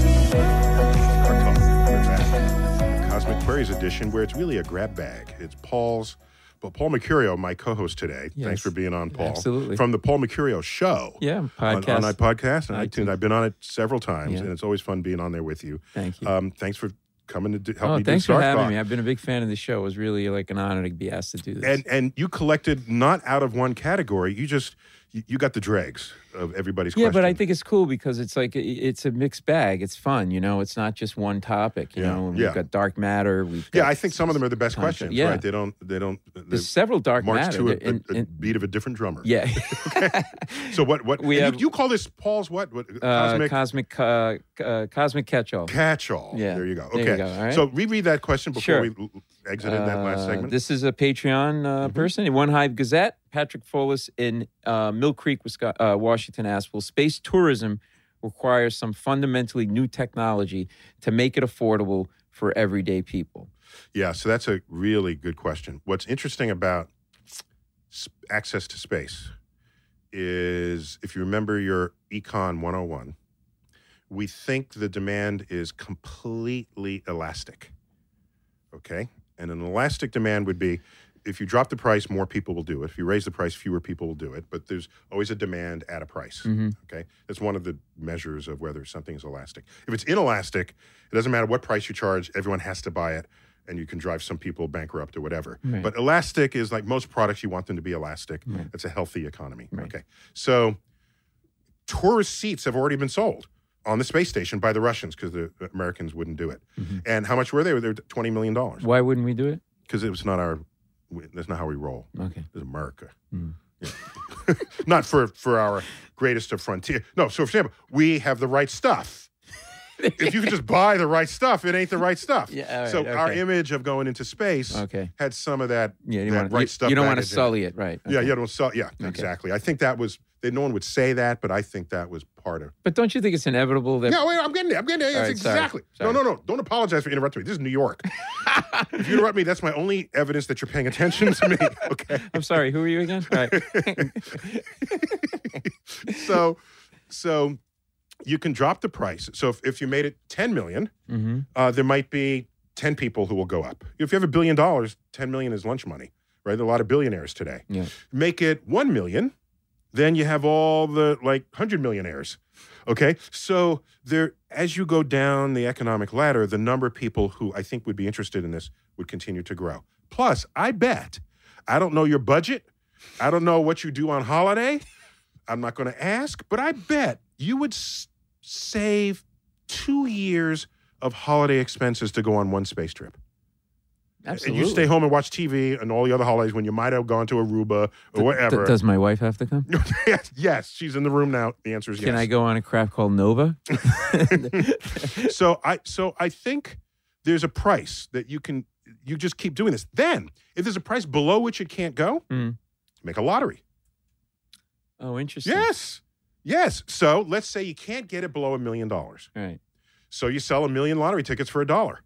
[SPEAKER 2] Star Talk. We're back. The Cosmic Queries edition, where it's really a grab bag. It's Paul's, but Paul Mercurio, my co-host today.
[SPEAKER 3] Yes.
[SPEAKER 2] Thanks for being on, Paul.
[SPEAKER 3] Absolutely.
[SPEAKER 2] From the Paul Mercurio Show.
[SPEAKER 3] Yeah,
[SPEAKER 2] on-
[SPEAKER 3] podcast.
[SPEAKER 2] On, our podcast and iTunes.
[SPEAKER 3] iTunes.
[SPEAKER 2] I've been on it several times,
[SPEAKER 3] Yeah.
[SPEAKER 2] and it's always fun being on there with you.
[SPEAKER 3] Thank you.
[SPEAKER 2] Um, thanks for coming to do, help
[SPEAKER 3] oh,
[SPEAKER 2] me
[SPEAKER 3] thanks
[SPEAKER 2] do Star
[SPEAKER 3] for having
[SPEAKER 2] Talk.
[SPEAKER 3] me. I've been a big fan of the show. It was really like an honor to be asked to do this.
[SPEAKER 2] and and you collected not out of one category. You just you, you got the dregs of everybody's.
[SPEAKER 3] yeah, but I
[SPEAKER 2] question.
[SPEAKER 3] think it's cool because it's like i- it's a mixed bag. It's fun, you know. It's not just one topic, you
[SPEAKER 2] Yeah,
[SPEAKER 3] know. And
[SPEAKER 2] yeah.
[SPEAKER 3] We've got dark matter. We've
[SPEAKER 2] Yeah,
[SPEAKER 3] got
[SPEAKER 2] I think some of them are the best
[SPEAKER 3] content.
[SPEAKER 2] questions.
[SPEAKER 3] Yeah.
[SPEAKER 2] right? They don't. They don't. They
[SPEAKER 3] There's several dark
[SPEAKER 2] march
[SPEAKER 3] matter.
[SPEAKER 2] to a,
[SPEAKER 3] that- and-
[SPEAKER 2] a- a
[SPEAKER 3] and-
[SPEAKER 2] beat of a different drummer. (laughs)
[SPEAKER 3] yeah, (laughs)
[SPEAKER 2] So what? What?
[SPEAKER 3] We
[SPEAKER 2] and you,
[SPEAKER 3] have-
[SPEAKER 2] you call this Paul's what? What?
[SPEAKER 3] uh,
[SPEAKER 2] cosmic
[SPEAKER 3] cosmic uh, uh, cosmic catch-all.
[SPEAKER 2] catch-all.
[SPEAKER 3] Yeah,
[SPEAKER 2] There you go.
[SPEAKER 3] there
[SPEAKER 2] Okay.
[SPEAKER 3] you go, all right.
[SPEAKER 2] So reread that question before
[SPEAKER 3] Sure.
[SPEAKER 2] we l- l- exited that last
[SPEAKER 3] Uh,
[SPEAKER 2] segment. Mm-hmm.
[SPEAKER 3] This is a Patreon uh, person, One Hive Gazette. Patrick Follis in uh, Mill Creek, Wisco- uh, Washington asked Will space tourism require some fundamentally new technology to make it affordable for everyday people?
[SPEAKER 2] yeah. So that's a really good question. What's interesting about sp- access to space is, if you remember your Econ 101, we think the demand is completely elastic. Okay. And an elastic demand would be if you drop the price, more people will do it. If you raise the price, fewer people will do it. But there's always a demand at a price.
[SPEAKER 3] Mhm.
[SPEAKER 2] Okay. That's one of the measures of whether something's elastic. If it's inelastic, it doesn't matter what price you charge, everyone has to buy it. And you can drive some people bankrupt or whatever.
[SPEAKER 3] Right.
[SPEAKER 2] But elastic is like most products, you want them to be elastic.
[SPEAKER 3] Right.
[SPEAKER 2] It's a healthy economy.
[SPEAKER 3] Right.
[SPEAKER 2] Okay. So tourist seats have already been sold on the space station by the Russians because the Americans wouldn't do it.
[SPEAKER 3] Mhm.
[SPEAKER 2] And how much were they? They Were they $20 million? Because
[SPEAKER 3] Why wouldn't we do it?
[SPEAKER 2] it was not our, we- that's not how we roll.
[SPEAKER 3] Okay.
[SPEAKER 2] It's America.
[SPEAKER 3] Mm.
[SPEAKER 2] Yeah. (laughs) not for, for our greatest of frontier. No, so for example, we have the right
[SPEAKER 3] (laughs)
[SPEAKER 2] stuff. if you could just buy the right stuff, it ain't the right stuff.
[SPEAKER 3] Yeah, all right,
[SPEAKER 2] so our
[SPEAKER 3] okay.
[SPEAKER 2] image of going into space
[SPEAKER 3] Okay.
[SPEAKER 2] had some of that,
[SPEAKER 3] Yeah, you,
[SPEAKER 2] that
[SPEAKER 3] wanna,
[SPEAKER 2] right
[SPEAKER 3] you,
[SPEAKER 2] stuff.
[SPEAKER 3] you don't want to
[SPEAKER 2] baggage in it.
[SPEAKER 3] sully it, right?
[SPEAKER 2] Yeah,
[SPEAKER 3] okay.
[SPEAKER 2] yeah, don't sell. Yeah,
[SPEAKER 3] Okay.
[SPEAKER 2] exactly. I think that was they, no one would say that, but I think that was part of.
[SPEAKER 3] But don't you think it's inevitable that
[SPEAKER 2] Yeah, wait, I'm getting there. I'm getting there.
[SPEAKER 3] All
[SPEAKER 2] Yes,
[SPEAKER 3] right, sorry,
[SPEAKER 2] exactly.
[SPEAKER 3] sorry.
[SPEAKER 2] No, no, no. Don't apologize for interrupting me. This is New
[SPEAKER 3] (laughs)
[SPEAKER 2] York. if you interrupt me, that's my only evidence that you're paying attention to me. (laughs) Okay.
[SPEAKER 3] (laughs) I'm sorry, who are you again?
[SPEAKER 2] (laughs)
[SPEAKER 3] All right. (laughs)
[SPEAKER 2] So, so you can drop the price. So if, if you made it 10 million,
[SPEAKER 3] hmm
[SPEAKER 2] uh, there might be 10 people who will go up. If you have a billion dollars, 10 million is lunch money, right? There are a lot of billionaires today.
[SPEAKER 3] Yeah.
[SPEAKER 2] Make it 1 million, then you have all the like 100 millionaires. Okay? So there as you go down the economic ladder, the number of people who I think would be interested in this would continue to grow. Plus, I bet I don't know your budget. I don't know what you do on holiday. I'm not going to ask, but I bet you would s- save two years of holiday expenses to go on one space trip.
[SPEAKER 3] Absolutely.
[SPEAKER 2] And you stay home and watch TV and all the other holidays when you might have gone to Aruba or
[SPEAKER 3] D-
[SPEAKER 2] whatever.
[SPEAKER 3] does my wife have to come?
[SPEAKER 2] (laughs) yes, yes, she's in the room now. The answer is yes.
[SPEAKER 3] Can I go on a craft
[SPEAKER 2] (laughs)
[SPEAKER 3] called Nova?
[SPEAKER 2] so I so I think there's a price that you can you just keep doing this. Then if there's a price below which it can't go,
[SPEAKER 3] Mm.
[SPEAKER 2] make a lottery.
[SPEAKER 3] Oh, interesting.
[SPEAKER 2] Yes. Yes. So let's say you can't get it below a million dollars.
[SPEAKER 3] All right.
[SPEAKER 2] So you sell a million lottery tickets for a dollar.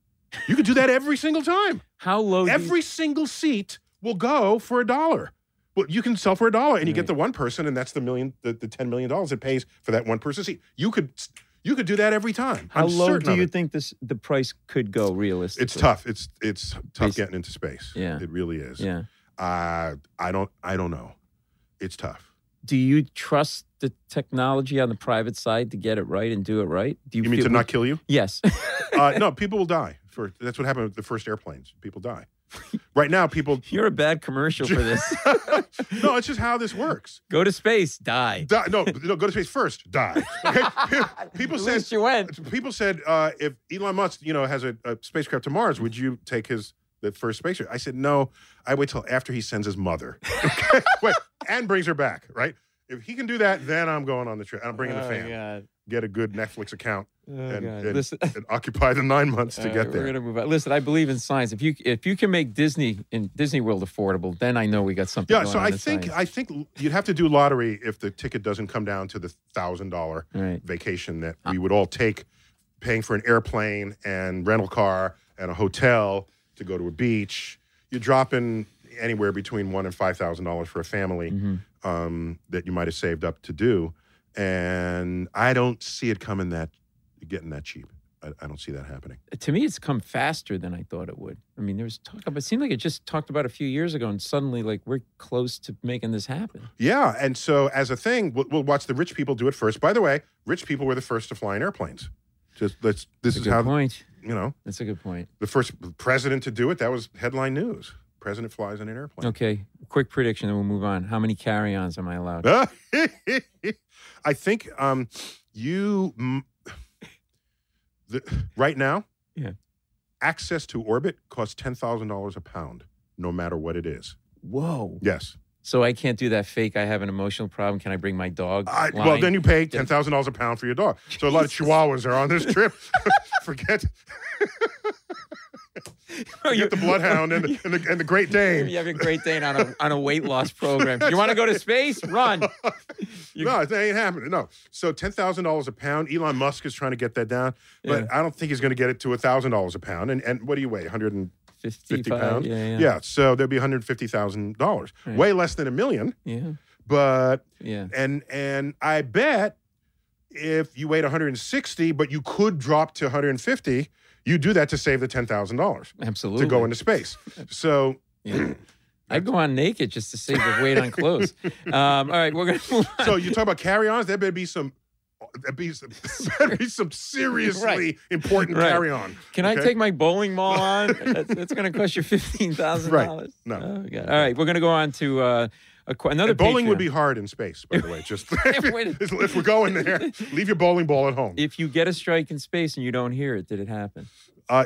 [SPEAKER 2] You can do that every single time.
[SPEAKER 3] How low? do Oh, you-
[SPEAKER 2] Every single seat will go for a dollar. Well, you can sell for a dollar, and you get
[SPEAKER 3] Right.
[SPEAKER 2] the one person, and that's the million, the, the ten million dollars it pays for that one person seat. You could, you could do that every time.
[SPEAKER 3] how
[SPEAKER 2] I'm
[SPEAKER 3] low
[SPEAKER 2] certain
[SPEAKER 3] do
[SPEAKER 2] of
[SPEAKER 3] you
[SPEAKER 2] it.
[SPEAKER 3] think this the price could go realistically?
[SPEAKER 2] It's tough. It's it's tough
[SPEAKER 3] Basi-
[SPEAKER 2] getting into space.
[SPEAKER 3] Yeah.
[SPEAKER 2] it really is.
[SPEAKER 3] Yeah.
[SPEAKER 2] Uh, I don't I don't know. It's tough.
[SPEAKER 3] Do you trust the technology on the private side to get it right and do it right? Do
[SPEAKER 2] You, mean
[SPEAKER 3] feel-
[SPEAKER 2] to not kill you?
[SPEAKER 3] (laughs) Yes.
[SPEAKER 2] Uh, no, people will die. For that's what happened with the first airplanes. People die. Right now,
[SPEAKER 3] (laughs)
[SPEAKER 2] people.
[SPEAKER 3] You're a bad commercial for this.
[SPEAKER 2] (laughs) no, it's just how this works.
[SPEAKER 3] go to space, die.
[SPEAKER 2] Die, no, no, go to space first.
[SPEAKER 3] (laughs)
[SPEAKER 2] Die. Okay? people
[SPEAKER 3] At
[SPEAKER 2] said
[SPEAKER 3] least you went.
[SPEAKER 2] people said uh, if Elon Musk, you know, has a, a spacecraft to Mars, would you take his the first spacecraft? I said no. I wait till after he sends his mother, (laughs) okay? wait, and brings her back. Right? If he can do that, then I'm going on the trip. I'm bringing the
[SPEAKER 3] Oh,
[SPEAKER 2] fam.
[SPEAKER 3] God.
[SPEAKER 2] Get a good Netflix account
[SPEAKER 3] Oh,
[SPEAKER 2] and,
[SPEAKER 3] God.
[SPEAKER 2] and,
[SPEAKER 3] Listen-
[SPEAKER 2] and (laughs) occupy the nine months to
[SPEAKER 3] All
[SPEAKER 2] get
[SPEAKER 3] right,
[SPEAKER 2] there.
[SPEAKER 3] We're gonna move on. Listen, I believe in science. If you if you can make Disney in Disney World affordable, then I know we got something.
[SPEAKER 2] Yeah,
[SPEAKER 3] going
[SPEAKER 2] so
[SPEAKER 3] on
[SPEAKER 2] I
[SPEAKER 3] in
[SPEAKER 2] think
[SPEAKER 3] science.
[SPEAKER 2] I think l- you'd have to do lottery if the ticket doesn't come down to the thousand dollar
[SPEAKER 3] All right.
[SPEAKER 2] vacation that
[SPEAKER 3] Ah.
[SPEAKER 2] we would all take, paying for an airplane and rental car and a hotel to go to a beach. You're dropping anywhere between one and five thousand dollars for a family
[SPEAKER 3] Mm-hmm.
[SPEAKER 2] um, that you might have saved up to do, and I don't see it coming that getting that cheap. I, I don't see that happening.
[SPEAKER 3] to me, it's come faster than I thought it would. I mean, there was talk about. It seemed like it just talked about a few years ago, and suddenly, like we're close to making this happen.
[SPEAKER 2] Yeah, and so as a thing, we'll, we'll watch the rich people do it first. By the way, rich people were the first to fly in airplanes. Just let's. This
[SPEAKER 3] That's a
[SPEAKER 2] is
[SPEAKER 3] good
[SPEAKER 2] how
[SPEAKER 3] point.
[SPEAKER 2] you know
[SPEAKER 3] That's a good point.
[SPEAKER 2] the first president to do it. That was headline news. President flies in an airplane.
[SPEAKER 3] Okay, quick prediction, then we'll move on. How many carry-ons am I allowed?
[SPEAKER 2] (laughs) I think um, you mm, the, right now.
[SPEAKER 3] Yeah.
[SPEAKER 2] Access to orbit costs ten thousand dollars a pound, no matter what it is.
[SPEAKER 3] Whoa!
[SPEAKER 2] Yes.
[SPEAKER 3] So I can't do that fake. I have an emotional problem. Can I bring my dog?
[SPEAKER 2] I,
[SPEAKER 3] line?
[SPEAKER 2] well, then
[SPEAKER 3] (laughs)
[SPEAKER 2] you pay ten thousand dollars a pound for your dog. So a lot of Chihuahuas are on this
[SPEAKER 3] (laughs)
[SPEAKER 2] trip. (laughs) Forget
[SPEAKER 3] Oh,
[SPEAKER 2] You get the bloodhound and the, and the, and the Great Dane.
[SPEAKER 3] (laughs) You have a great day on a on a
[SPEAKER 2] (laughs)
[SPEAKER 3] weight loss program. You want to go to space? Run. (laughs) You-
[SPEAKER 2] no, it ain't happening. No. So ten thousand dollars a pound. Elon Musk is trying to get that down, but
[SPEAKER 3] Yeah.
[SPEAKER 2] I don't think he's going to get it to thousand dollars a pound. And and what do you weigh? One hundred and fifty
[SPEAKER 3] 55,
[SPEAKER 2] pounds.
[SPEAKER 3] Yeah, yeah,
[SPEAKER 2] yeah. So there'd be one hundred fifty thousand dollars.
[SPEAKER 3] Right.
[SPEAKER 2] Way less than a million.
[SPEAKER 3] yeah,
[SPEAKER 2] But
[SPEAKER 3] yeah.
[SPEAKER 2] and and I bet if you weighed 160, but you could drop to 150, you do that to save the ten thousand dollars
[SPEAKER 3] Absolutely.
[SPEAKER 2] to go into space. So
[SPEAKER 3] Yeah. I'd go on naked just to save the weight on
[SPEAKER 2] (laughs)
[SPEAKER 3] clothes. Um, all right, we're gonna move on.
[SPEAKER 2] so you talk about carry-ons. There better be some. There be some, (laughs) there be some seriously
[SPEAKER 3] Right.
[SPEAKER 2] important
[SPEAKER 3] Right.
[SPEAKER 2] carry-on.
[SPEAKER 3] Can I
[SPEAKER 2] okay?
[SPEAKER 3] take my
[SPEAKER 2] (laughs)
[SPEAKER 3] bowling ball on? that's, that's going to cost you fifteen thousand dollars.
[SPEAKER 2] No.
[SPEAKER 3] Oh, God. All right, we're going to go on to uh, a, qu- another
[SPEAKER 2] And bowling would
[SPEAKER 3] Patreon.
[SPEAKER 2] be hard in space, by the way. Just (laughs)
[SPEAKER 3] (laughs) Wait.
[SPEAKER 2] if, we're going there, leave your bowling ball at home.
[SPEAKER 3] If you get a strike in space and you don't hear it, did it happen?
[SPEAKER 2] Uh,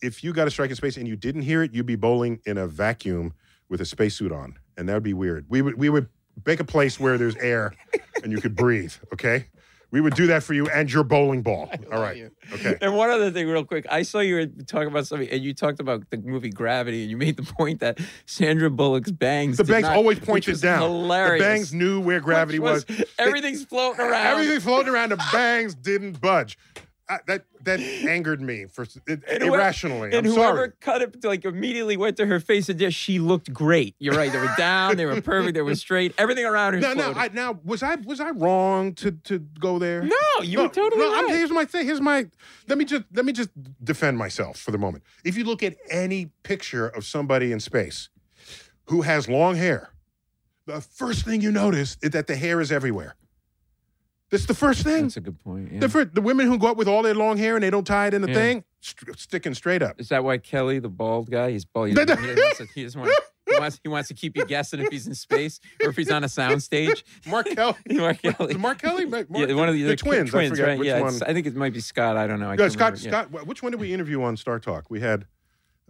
[SPEAKER 2] if you got a strike in space and you didn't hear it, you'd be bowling in a vacuum with a spacesuit on, and that would be weird. We would we would make a place where there's air and you could breathe. Okay, we would do that for you and your bowling ball. All right.
[SPEAKER 3] (laughs)
[SPEAKER 2] Okay.
[SPEAKER 3] And one other thing, real quick, I saw you were talking about something, and you talked about the movie Gravity, and you made the point that Sandra Bullock's bangs.
[SPEAKER 2] The
[SPEAKER 3] did
[SPEAKER 2] bangs
[SPEAKER 3] not-
[SPEAKER 2] always
[SPEAKER 3] which
[SPEAKER 2] pointed
[SPEAKER 3] was
[SPEAKER 2] down.
[SPEAKER 3] Hilarious.
[SPEAKER 2] The bangs knew where gravity
[SPEAKER 3] Which
[SPEAKER 2] was.
[SPEAKER 3] (laughs) Everything's floating around.
[SPEAKER 2] Everything floating around,
[SPEAKER 3] (laughs)
[SPEAKER 2] the bangs didn't budge. I, that that angered me for it,
[SPEAKER 3] And whoever-
[SPEAKER 2] irrationally.
[SPEAKER 3] And
[SPEAKER 2] I'm
[SPEAKER 3] whoever
[SPEAKER 2] sorry.
[SPEAKER 3] cut it, like immediately went to her face and just she looked great. You're right. They were down. they were perfect. They were straight. Everything around her.
[SPEAKER 2] Now, now,
[SPEAKER 3] floated.
[SPEAKER 2] I, now, was I was I wrong to to go there?
[SPEAKER 3] no, you
[SPEAKER 2] no,
[SPEAKER 3] were totally
[SPEAKER 2] no, I'm-
[SPEAKER 3] right.
[SPEAKER 2] here's my thing. Here's my. Let me just let me just defend myself for the moment. If you look at any picture of somebody in space who has long hair, the first thing you notice is that the hair is everywhere. That's the first thing.
[SPEAKER 3] That's a good point. yeah.
[SPEAKER 2] the, fir- the women who go out with all their long hair and they don't tie it in a
[SPEAKER 3] Yeah.
[SPEAKER 2] thing, st- sticking straight up.
[SPEAKER 3] Is that why Kelly, the bald guy, he's bald? He doesn't, he doesn't, he doesn't want. He wants, he wants to keep you guessing if he's in space or if he's on
[SPEAKER 2] (laughs)
[SPEAKER 3] a soundstage. (laughs)
[SPEAKER 2] Mark Kelly.
[SPEAKER 3] Mark Kelly.
[SPEAKER 2] Mark Kelly? Mark,
[SPEAKER 3] yeah, one of the,
[SPEAKER 2] the
[SPEAKER 3] they're tw-
[SPEAKER 2] twins. I forget
[SPEAKER 3] right?
[SPEAKER 2] which
[SPEAKER 3] yeah,
[SPEAKER 2] one.
[SPEAKER 3] it's- I think it might be Scott. I don't know. I
[SPEAKER 2] No,
[SPEAKER 3] can't
[SPEAKER 2] Scott.
[SPEAKER 3] remember. Yeah. Mm.
[SPEAKER 2] Scott. wh- Which one did we interview on Star Talk? We had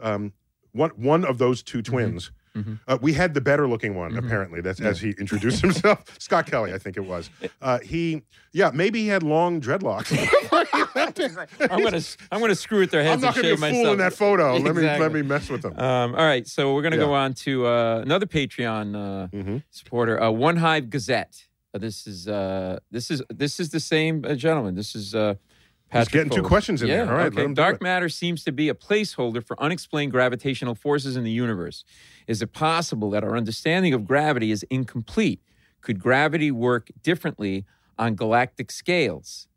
[SPEAKER 2] um, one one of those two twins.
[SPEAKER 3] Mhm.
[SPEAKER 2] Uh, we had the better looking one.
[SPEAKER 3] Mm-hmm.
[SPEAKER 2] Apparently, that's as he introduced himself. (laughs) Scott Kelly, I think it
[SPEAKER 3] (laughs)
[SPEAKER 2] was. Uh, he, yeah, maybe he had long dreadlocks. (laughs)
[SPEAKER 3] I'm gonna I'm gonna screw with their
[SPEAKER 2] I'm
[SPEAKER 3] heads
[SPEAKER 2] not
[SPEAKER 3] and
[SPEAKER 2] going to be a
[SPEAKER 3] shave myself.
[SPEAKER 2] fool in that photo. Let me let
[SPEAKER 3] Exactly.
[SPEAKER 2] me mess with them.
[SPEAKER 3] Um, all right, so we're gonna go
[SPEAKER 2] Oh. Yeah.
[SPEAKER 3] on to uh, another Patreon uh,
[SPEAKER 2] Mhm.
[SPEAKER 3] supporter, uh, One Hive Gazette. Uh, this is uh, this is this is the same uh, gentleman. This is uh,
[SPEAKER 2] He's
[SPEAKER 3] Patrick.
[SPEAKER 2] getting two
[SPEAKER 3] Foley.
[SPEAKER 2] questions in
[SPEAKER 3] yeah,
[SPEAKER 2] there. All right,
[SPEAKER 3] okay.
[SPEAKER 2] let him do
[SPEAKER 3] Dark
[SPEAKER 2] it.
[SPEAKER 3] matter seems to be a placeholder for unexplained gravitational forces in the universe. Is it possible that our understanding of gravity is incomplete? Could gravity work differently on galactic scales?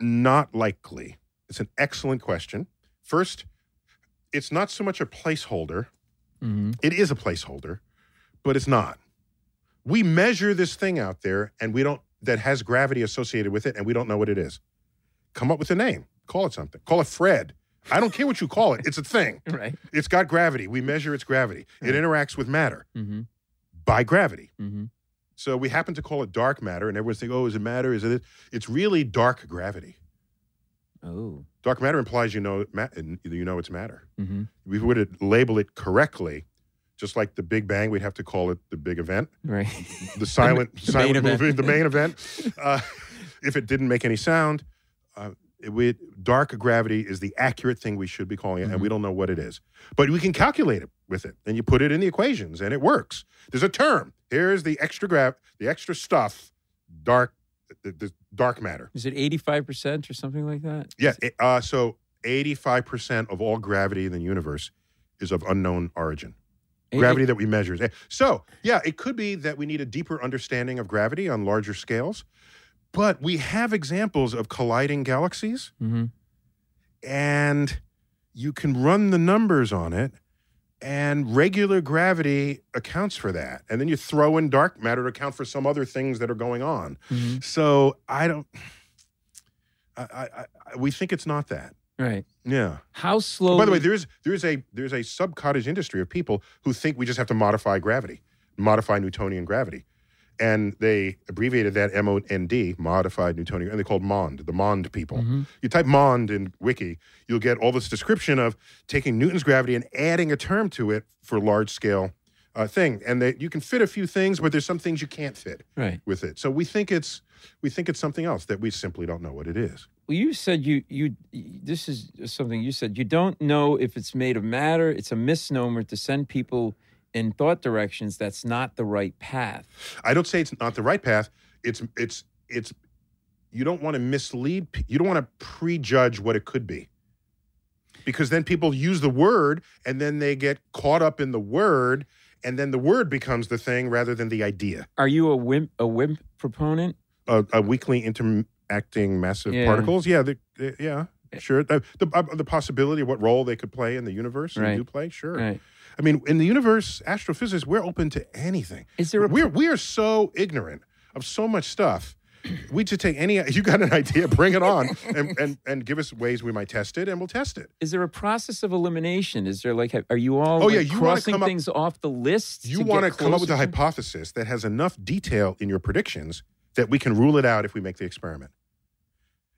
[SPEAKER 2] Not likely. It's an excellent question. First, it's not so much a placeholder.
[SPEAKER 3] Mm-hmm.
[SPEAKER 2] It is a placeholder, but it's not. We measure this thing out there and we don't that has gravity associated with it and we don't know what it is. Come up with a name. Call it something. Call it Fred. I don't care what you call it. It's a thing.
[SPEAKER 3] (laughs) Right.
[SPEAKER 2] It's got gravity. We measure its gravity. It interacts with matter
[SPEAKER 3] Mm-hmm.
[SPEAKER 2] by gravity.
[SPEAKER 3] Mm-hmm.
[SPEAKER 2] So we happen to call it dark matter and everyone's thinking, "Oh, is it matter? Is it?" this?" It's really dark gravity.
[SPEAKER 3] Oh.
[SPEAKER 2] Dark matter implies you know it ma- you know it's matter.
[SPEAKER 3] Mm-hmm.
[SPEAKER 2] We would label it correctly, just like the Big Bang. We'd have to call it the big event.
[SPEAKER 3] Right. (laughs)
[SPEAKER 2] the silent
[SPEAKER 3] The main
[SPEAKER 2] silent
[SPEAKER 3] event.
[SPEAKER 2] movie, the main event.
[SPEAKER 3] (laughs)
[SPEAKER 2] Uh, if it didn't make any sound, uh, it, we, dark gravity is the accurate thing we should be calling it, and
[SPEAKER 3] Mm-hmm.
[SPEAKER 2] we don't know what it is, but we can calculate it with it, and you put it in the equations, and it works. There's a term. Here's the extra grav, the extra stuff, dark, the, the dark matter.
[SPEAKER 3] Is it 85% or something like that?
[SPEAKER 2] Yeah. it- uh, so 85 percent of all gravity in the universe is of unknown origin
[SPEAKER 3] Eight-
[SPEAKER 2] gravity that we measure. Eh, So, yeah, it could be that we need a deeper understanding of gravity on larger scales, but we have examples of colliding galaxies,
[SPEAKER 3] Mhm.
[SPEAKER 2] and you can run the numbers on it, and regular gravity accounts for that. And then you throw in dark matter to account for some other things that are going on.
[SPEAKER 3] Mhm.
[SPEAKER 2] So, I don't. (sighs) I, I, I- I, we think it's not that.
[SPEAKER 3] Right.
[SPEAKER 2] Yeah.
[SPEAKER 3] How slow?
[SPEAKER 2] Oh, By the way, there is there is a there's a sub cottage industry of people who think we just have to modify gravity, modify Newtonian gravity, and they abbreviated that M O N D, modified Newtonian, and they called MOND, the MOND people. You type MOND in Wiki, you'll get all this description of taking Newton's gravity and adding a term to it for large scale uh, thing, and that you can fit a few things, but there's some things you can't fit
[SPEAKER 3] Right.
[SPEAKER 2] with it. So we think it's we think it's something else that we simply don't know what it is.
[SPEAKER 3] Well, you said you, you, this is something you said. You don't know if it's made of matter. It's a misnomer to send people in thought directions that's not the right path.
[SPEAKER 2] I don't say it's not the right path. It's it's it's you don't want to mislead. pe- You don't want to prejudge what it could be, because then people use the word and then they get caught up in the word, and then the word becomes the thing rather than the idea.
[SPEAKER 3] Are you a wimp, a wimp proponent?
[SPEAKER 2] A, a weakly interacting massive
[SPEAKER 3] Yeah.
[SPEAKER 2] particles. Yeah, the, the- yeah, sure. The, the, uh, the possibility of what role they could play in the universe and
[SPEAKER 3] Right.
[SPEAKER 2] do play. Sure.
[SPEAKER 3] Right.
[SPEAKER 2] I mean, in the universe, astrophysics, we're open to anything.
[SPEAKER 3] Is there a
[SPEAKER 2] we're we are so ignorant of so much stuff. We just take any (laughs) you got an idea, bring it
[SPEAKER 3] (laughs)
[SPEAKER 2] on, and and and give us ways we might test it, and we'll test it.
[SPEAKER 3] Is there a process of elimination? Is there like, are you all
[SPEAKER 2] Oh,
[SPEAKER 3] like,
[SPEAKER 2] yeah, you wanna
[SPEAKER 3] crossing
[SPEAKER 2] come up-
[SPEAKER 3] things off the list?
[SPEAKER 2] You
[SPEAKER 3] to
[SPEAKER 2] want to
[SPEAKER 3] get
[SPEAKER 2] come up with a
[SPEAKER 3] closer to-
[SPEAKER 2] hypothesis that has enough detail in your predictions that we can rule it out if we make the experiment.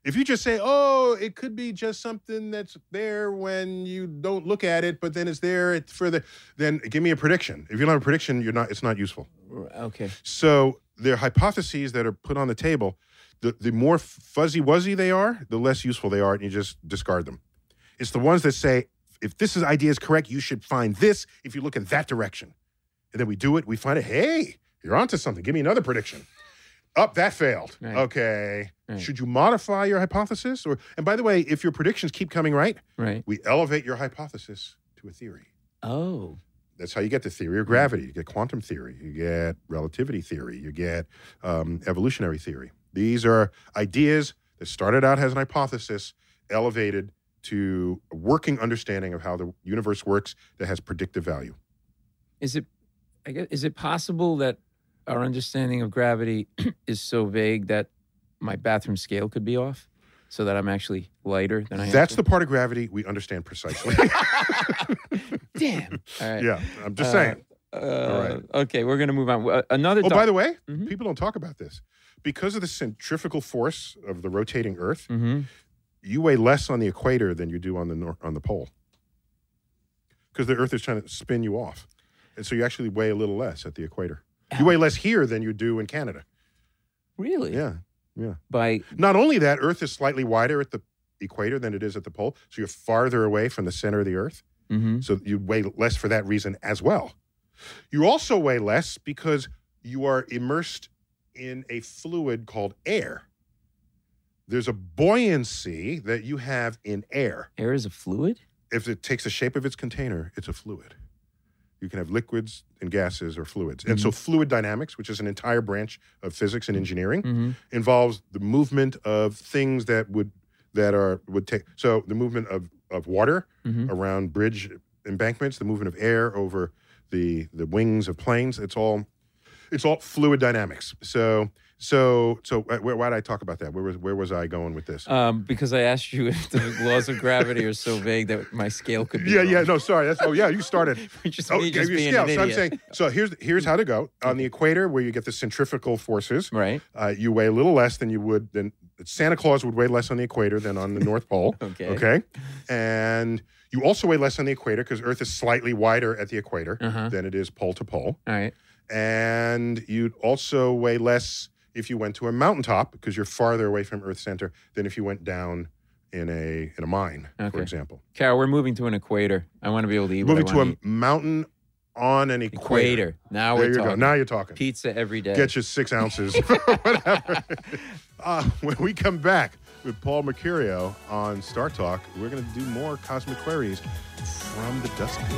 [SPEAKER 2] If you just say, "Oh, it could be just something that's there when you don't look at it, but then it's there it- for the," then give me a prediction. If you don't have a prediction, you're not. It's not useful.
[SPEAKER 3] Okay.
[SPEAKER 2] So their hypotheses that are put on the table, the, the more fuzzy wuzzy they are, the less useful they are, and you just discard them. It's the ones that say, if this is, idea is correct, you should find this if you look in that direction. And then we do it, we find it, hey, you're onto something. Give me another prediction. Up, that failed.
[SPEAKER 3] Right.
[SPEAKER 2] Okay.
[SPEAKER 3] Right.
[SPEAKER 2] Should you modify your hypothesis? Or and by the way, if your predictions keep coming right,
[SPEAKER 3] Right.
[SPEAKER 2] we elevate your hypothesis to a theory.
[SPEAKER 3] Oh.
[SPEAKER 2] That's how you get the theory
[SPEAKER 3] Mm.
[SPEAKER 2] of gravity. You get quantum theory. You get relativity theory. You get um, evolutionary theory. These are ideas that started out as an hypothesis, elevated to a working understanding of how the universe works that has predictive value.
[SPEAKER 3] is it I guess, is it possible that (clears throat) our understanding of gravity is so vague that my bathroom scale could be off? so that I'm actually lighter than I am.
[SPEAKER 2] That's the part of gravity we understand precisely.
[SPEAKER 3] (laughs) damn. All
[SPEAKER 2] (laughs)
[SPEAKER 3] right.
[SPEAKER 2] yeah, I'm just
[SPEAKER 3] Uh,
[SPEAKER 2] saying.
[SPEAKER 3] Uh,
[SPEAKER 2] All right.
[SPEAKER 3] Okay, we're gonna move on. Uh, Another.
[SPEAKER 2] Oh,
[SPEAKER 3] doc-
[SPEAKER 2] by the way,
[SPEAKER 3] Mhm.
[SPEAKER 2] people don't talk about this. Because of the centrifugal force of the rotating Earth,
[SPEAKER 3] Mhm.
[SPEAKER 2] you weigh less on the equator than you do on the nor- on the pole. Because the Earth is trying to spin you off, and so you actually weigh a little less at the equator. You weigh less here than you do in Canada.
[SPEAKER 3] Really?
[SPEAKER 2] Yeah.
[SPEAKER 3] By
[SPEAKER 2] Not only that, Earth is slightly wider at the equator than it is at the pole, so you're farther away from the center of the Earth.
[SPEAKER 3] mhm.
[SPEAKER 2] So you weigh less for that reason as well. You also weigh less because you are immersed in a fluid called air. There's a buoyancy that you have in air.
[SPEAKER 3] air is a fluid.
[SPEAKER 2] If it takes the shape of its container, it's a fluid. You can have liquids and gases or fluids. And
[SPEAKER 3] Mm-hmm.
[SPEAKER 2] so, fluid dynamics, which is an entire branch of physics and engineering,
[SPEAKER 3] Mhm.
[SPEAKER 2] involves the movement of things that would that are would take so the movement of of water
[SPEAKER 3] Mhm.
[SPEAKER 2] around bridge embankments the movement of air over the the wings of planes it's all it's all fluid dynamics so so so uh, where, why did i talk about that where was where was i going with this
[SPEAKER 3] Um, because I asked you (laughs) if the laws of gravity are so vague that my scale could be.
[SPEAKER 2] yeah yeah
[SPEAKER 3] wrong.
[SPEAKER 2] no sorry that's oh yeah you started
[SPEAKER 3] Which is
[SPEAKER 2] oh
[SPEAKER 3] me (laughs)
[SPEAKER 2] gave
[SPEAKER 3] just
[SPEAKER 2] you
[SPEAKER 3] being
[SPEAKER 2] scale
[SPEAKER 3] an
[SPEAKER 2] so i'm
[SPEAKER 3] idiot.
[SPEAKER 2] saying so here's here's how to go on the equator where you get the centrifugal forces
[SPEAKER 3] Right.
[SPEAKER 2] uh, you weigh a little less than you would than Santa Claus would weigh less on the equator than on the North Pole.
[SPEAKER 3] (laughs) Okay.
[SPEAKER 2] Okay. And you also weigh less on the equator because Earth is slightly wider at the equator
[SPEAKER 3] Uh-huh.
[SPEAKER 2] than it is pole to pole.
[SPEAKER 3] All right.
[SPEAKER 2] And you'd also weigh less if you went to a mountaintop because you're farther away from Earth's center than if you went down in a in a mine,
[SPEAKER 3] Okay.
[SPEAKER 2] for example.
[SPEAKER 3] Carol, we're moving to an equator. I want to be able to eat.
[SPEAKER 2] Moving
[SPEAKER 3] what I
[SPEAKER 2] to a
[SPEAKER 3] wanna eat.
[SPEAKER 2] mountain on an equator.
[SPEAKER 3] equator. Now
[SPEAKER 2] There
[SPEAKER 3] we're
[SPEAKER 2] you
[SPEAKER 3] talking.
[SPEAKER 2] go. Now you're talking.
[SPEAKER 3] Pizza every day.
[SPEAKER 2] Get you six
[SPEAKER 3] (laughs)
[SPEAKER 2] ounces, whatever. uh, when we come back with Paul Mercurio on Star Talk, we're going to do more cosmic queries from the dustbin.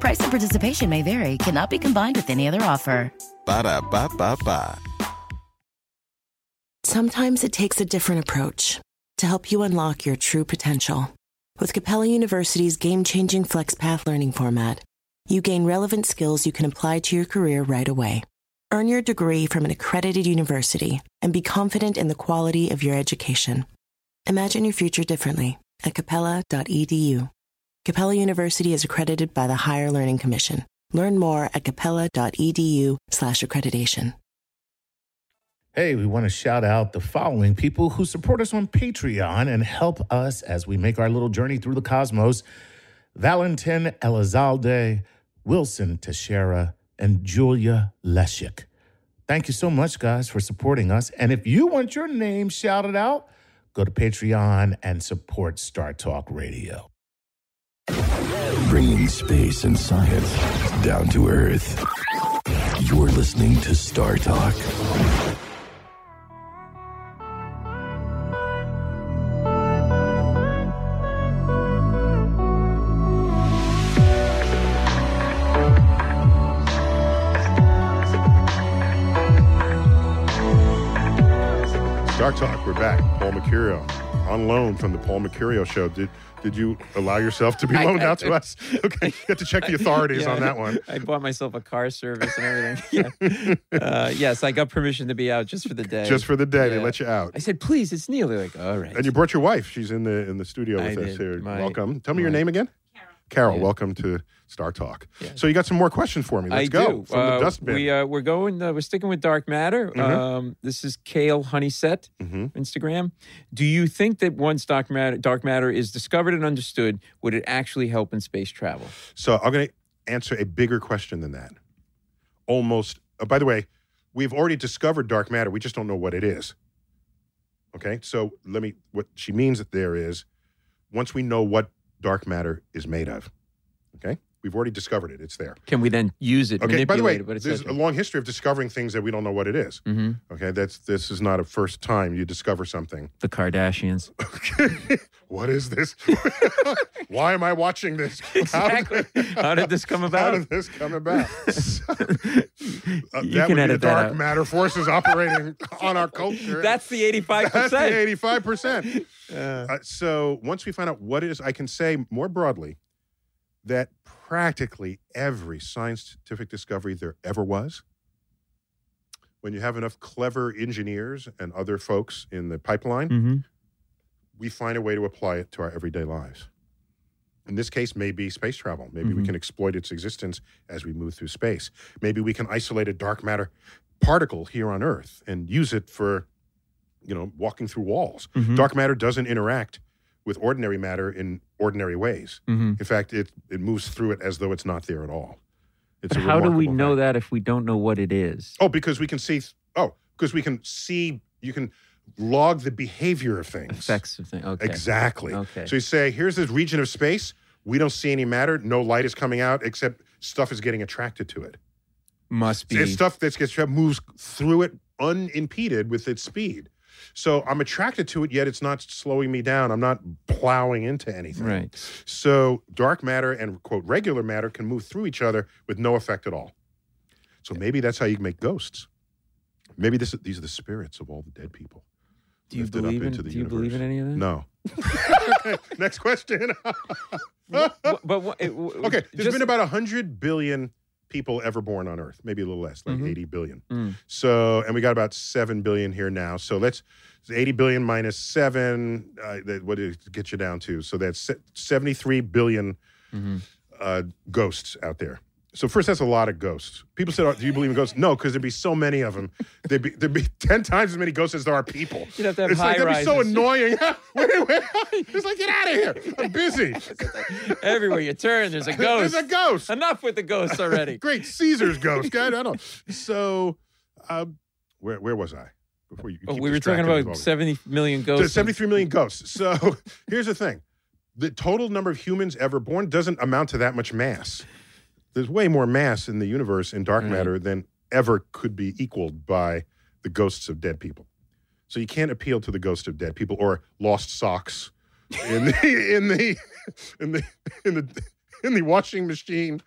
[SPEAKER 4] Price and participation may vary, cannot be combined with any other offer.
[SPEAKER 5] Ba da ba ba ba.
[SPEAKER 6] Sometimes it takes a different approach to help you unlock your true potential. With Capella University's game changing FlexPath learning format, you gain relevant skills you can apply to your career right away. Earn your degree from an accredited university and be confident in the quality of your education. Imagine your future differently at capella.edu. Capella University is accredited by the Higher Learning Commission. Learn more at E capella.edu/slash accreditation.
[SPEAKER 1] Hey, we want to shout out the following people who support us on Patreon and help us as we make our little journey through the cosmos Valentin Elizalde, Wilson Teixeira, and Julia Leshik. Thank you so much, guys, for supporting us. And if you want your name shouted out, go to Patreon and support Star Talk Radio.
[SPEAKER 7] bringing space and science down to Earth. You're listening to Star Talk.
[SPEAKER 2] Star Talk, we're back. Paul Mercurio on loan from the Paul Mercurio show. Did did you allow yourself to be
[SPEAKER 3] I-
[SPEAKER 2] loaned
[SPEAKER 3] I-
[SPEAKER 2] out to
[SPEAKER 3] (laughs)
[SPEAKER 2] us? Okay, you have to check the authorities
[SPEAKER 3] Yeah,
[SPEAKER 2] on that one.
[SPEAKER 3] (laughs) I bought myself a car service and
[SPEAKER 2] (laughs)
[SPEAKER 3] everything. Yeah. uh, yes, I got permission to be out just for the day.
[SPEAKER 2] Just for the day, they
[SPEAKER 3] Yeah.
[SPEAKER 2] let you out.
[SPEAKER 3] I said, please, it's Neil. They're like, all right.
[SPEAKER 2] And you brought your wife. She's in the in the studio
[SPEAKER 3] I
[SPEAKER 2] with us
[SPEAKER 3] did.
[SPEAKER 2] here.
[SPEAKER 3] My-
[SPEAKER 2] Welcome. Tell me your
[SPEAKER 3] my-
[SPEAKER 2] name again. Carol, welcome to Star Talk. So you got some more questions for me? Let's
[SPEAKER 3] I
[SPEAKER 2] go
[SPEAKER 3] do.
[SPEAKER 2] from
[SPEAKER 3] Uh,
[SPEAKER 2] the dustbin.
[SPEAKER 3] We uh, we're going. Uh, we're sticking with dark matter.
[SPEAKER 2] Mhm.
[SPEAKER 3] Um, this is Kale Honeyset
[SPEAKER 2] Mm-hmm.
[SPEAKER 3] Instagram. Do you think that once dark matter dark matter is discovered and understood, would it actually help in space travel?
[SPEAKER 2] So I'm going to answer a bigger question than that. Almost. uh, by the way, we've already discovered dark matter. We just don't know what it is. Okay. So let me. What she means that there is, once we know what dark matter is made of, okay, we've already discovered it. It's there.
[SPEAKER 3] Can we then use it?
[SPEAKER 2] Okay.
[SPEAKER 3] manipulate
[SPEAKER 2] By the way,
[SPEAKER 3] it, but it's
[SPEAKER 2] there's a long history of discovering things that we don't know what it is.
[SPEAKER 3] hmm
[SPEAKER 2] Okay. That's this is not a first time you discover something.
[SPEAKER 3] the Kardashians.
[SPEAKER 2] (laughs) What is this? Why am I watching this?
[SPEAKER 3] (laughs) Exactly. How did this come about?
[SPEAKER 2] How did this come
[SPEAKER 3] (laughs)
[SPEAKER 2] about? (laughs) Uh,
[SPEAKER 3] You
[SPEAKER 2] that would
[SPEAKER 3] can
[SPEAKER 2] be the
[SPEAKER 3] edit that
[SPEAKER 2] dark
[SPEAKER 3] out.
[SPEAKER 2] matter forces
[SPEAKER 3] (laughs)
[SPEAKER 2] operating on our culture.
[SPEAKER 3] That's the eighty-five
[SPEAKER 2] That's the
[SPEAKER 3] percent.
[SPEAKER 2] 85%. Uh, so once we find out what it is, I can say more broadly that practically every scientific discovery there ever was, when you have enough clever engineers and other folks in the pipeline,
[SPEAKER 3] Mm-hmm.
[SPEAKER 2] we find a way to apply it to our everyday lives. In this case, maybe space travel. Maybe we
[SPEAKER 3] Mm-hmm.
[SPEAKER 8] Mhm.
[SPEAKER 2] can exploit its existence as we move through space. Maybe we can isolate a dark matter particle here on Earth and use it for, you know, walking through walls.
[SPEAKER 3] Mm-hmm.
[SPEAKER 8] Mhm.
[SPEAKER 2] Dark matter doesn't interact with ordinary matter in ordinary ways.
[SPEAKER 3] Mhm.
[SPEAKER 2] In fact, it it moves through it as though it's not there at all. It's
[SPEAKER 3] But
[SPEAKER 2] a
[SPEAKER 3] how do we
[SPEAKER 2] remarkable
[SPEAKER 3] know that if we don't know what it is?
[SPEAKER 2] Oh, because we can see. Oh, because we can see. You can log the behavior of things.
[SPEAKER 3] Effects of things. Okay.
[SPEAKER 2] Exactly.
[SPEAKER 3] Okay.
[SPEAKER 2] So you say, here's this region of space. We don't see any matter. No light is coming out, except stuff is getting attracted to it.
[SPEAKER 3] Must be
[SPEAKER 2] It's stuff that gets moves through it unimpeded with its speed. So I'm attracted to it, yet it's not slowing me down. I'm not plowing into anything.
[SPEAKER 3] right.
[SPEAKER 2] So dark matter and quote regular matter can move through each other with no effect at all. So maybe that's how you make ghosts. Maybe this these are the spirits of all the dead people.
[SPEAKER 3] Do you
[SPEAKER 2] lifted up
[SPEAKER 3] believe in?
[SPEAKER 2] into
[SPEAKER 3] Do
[SPEAKER 2] the
[SPEAKER 3] you believe in any of that?
[SPEAKER 2] No. (laughs) Next question.
[SPEAKER 3] Wha- but what, it, w-
[SPEAKER 2] (laughs) Okay, there's
[SPEAKER 3] just-
[SPEAKER 2] been about 100 billion people ever born on Earth, maybe a little less, like
[SPEAKER 3] Mhm.
[SPEAKER 2] 80 billion.
[SPEAKER 3] Mm.
[SPEAKER 2] So, and we got about 7 billion here now. So let's 80 billion minus 7, uh, that, what did it get you down to? So that's se- 73 billion
[SPEAKER 3] Mm-hmm.
[SPEAKER 2] uh, ghosts out there. So first, that's a lot of ghosts. People said, oh, "Do you believe in ghosts?" No, because there'd be so many of them. There'd be (laughs) there'd be ten times as many ghosts as there are people.
[SPEAKER 3] You'd have to have
[SPEAKER 2] it's like that'd be so
[SPEAKER 3] high-rises.
[SPEAKER 2] annoying. (laughs) Wait,
[SPEAKER 3] (laughs)
[SPEAKER 2] wait. It's like get out of here. I'm busy.
[SPEAKER 3] (laughs) Everywhere you turn, there's a ghost.
[SPEAKER 2] There's a ghost.
[SPEAKER 3] Enough with the ghosts
[SPEAKER 2] (laughs)
[SPEAKER 3] already.
[SPEAKER 2] Great Caesar's ghost. God, I don't. So, um, where where was I? Before you, you
[SPEAKER 3] Oh,
[SPEAKER 2] keep
[SPEAKER 3] we were talking
[SPEAKER 2] distracting me with all
[SPEAKER 3] about
[SPEAKER 2] this.
[SPEAKER 3] 70 million
[SPEAKER 2] There's
[SPEAKER 3] ghosts.
[SPEAKER 2] 73 million ghosts. So (laughs) here's the thing: the total number of humans ever born doesn't amount to that much mass. There's way more mass in the universe in dark
[SPEAKER 3] Right.
[SPEAKER 2] matter than ever could be equaled by the ghosts of dead people. So you can't appeal to the ghost of dead people or lost socks in the (laughs) in the in the in the in the washing machine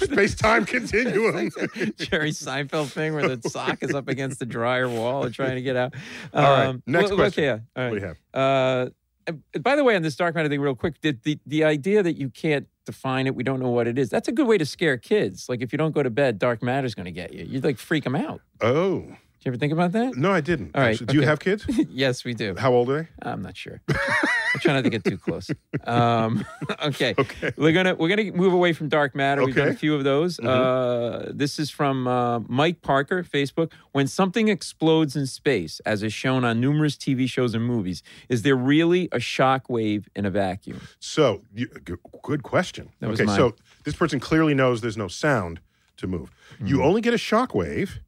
[SPEAKER 2] space
[SPEAKER 3] (laughs)
[SPEAKER 2] time continuum.
[SPEAKER 3] It's like that Jerry Seinfeld
[SPEAKER 2] (laughs)
[SPEAKER 3] thing
[SPEAKER 2] Oh,
[SPEAKER 3] where the sock is up against the dryer wall and trying to get out. Um,
[SPEAKER 2] All right, next
[SPEAKER 3] well,
[SPEAKER 2] question.
[SPEAKER 3] Okay, yeah. All right.
[SPEAKER 2] What do you have?
[SPEAKER 3] Uh, and by the way, on this dark matter thing, real quick, the, the the idea that you can't define it, we don't know what it is. That's a good way to scare kids. Like if you don't go to bed, dark matter's going to get you. You'd like freak them out.
[SPEAKER 2] Oh
[SPEAKER 3] Did you ever think about that?
[SPEAKER 2] no, I didn't.
[SPEAKER 3] All right,
[SPEAKER 2] Actually, Do you
[SPEAKER 3] okay.
[SPEAKER 2] have kids?
[SPEAKER 3] (laughs) yes, we do.
[SPEAKER 2] How old are they?
[SPEAKER 3] I'm not sure. I'm trying not to get too close. Um, (laughs) okay. okay, we're gonna we're gonna move away from dark matter. We've done a
[SPEAKER 2] Okay. Mm-hmm.
[SPEAKER 3] few of those. Uh, this is from uh, Mike Parker, Facebook. When something explodes in space, as is shown on numerous TV shows and movies, is there really a shock wave in a vacuum?
[SPEAKER 2] So, you, g- good question.
[SPEAKER 3] That was
[SPEAKER 2] okay,
[SPEAKER 3] mine.
[SPEAKER 2] so this person clearly knows there's no sound to move. You
[SPEAKER 3] Hmm.
[SPEAKER 2] only get a shock wave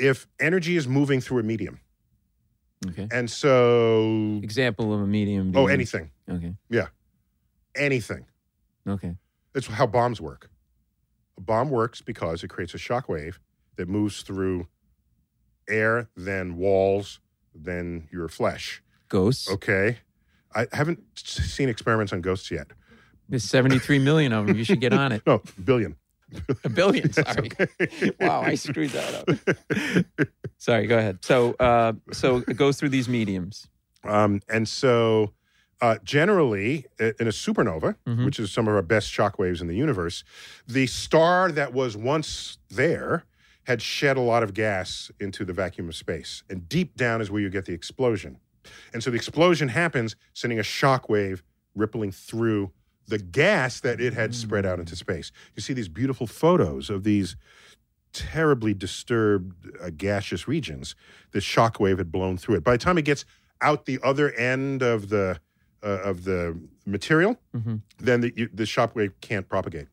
[SPEAKER 2] if energy is moving through a medium.
[SPEAKER 3] Okay.
[SPEAKER 2] And so,
[SPEAKER 3] Example of a medium.
[SPEAKER 2] oh,
[SPEAKER 3] being-
[SPEAKER 2] anything,
[SPEAKER 3] Okay.
[SPEAKER 2] anything.
[SPEAKER 3] Okay.
[SPEAKER 2] That's how bombs work. A bomb works because it creates a shock wave that moves through air, then walls, then your flesh.
[SPEAKER 3] Ghosts.
[SPEAKER 2] Okay. I haven't s- seen experiments on ghosts yet.
[SPEAKER 3] There's 73 million of them. You should get
[SPEAKER 2] (laughs)
[SPEAKER 3] on it.
[SPEAKER 2] No,
[SPEAKER 3] (laughs)
[SPEAKER 2] billion.
[SPEAKER 3] A
[SPEAKER 2] (laughs)
[SPEAKER 3] billion. Sorry. wow, I screwed (laughs) that up. Sorry. Go ahead. So, uh, so it goes through these mediums.
[SPEAKER 2] Um, and so, uh, generally, i- in a supernova,
[SPEAKER 3] Mhm.
[SPEAKER 2] which is some of our best shockwaves in the universe, the star that was once there had shed a lot of gas into the vacuum of space. And deep down is where you get the explosion. And so the explosion happens, sending a shockwave rippling through the gas that it had spread out into space. You see these beautiful photos of these terribly disturbed uh, gaseous regions. The shock wave had blown through it. By the time it gets out the other end of the uh, of the material,
[SPEAKER 3] Mhm.
[SPEAKER 2] then the, you, the shock wave can't propagate.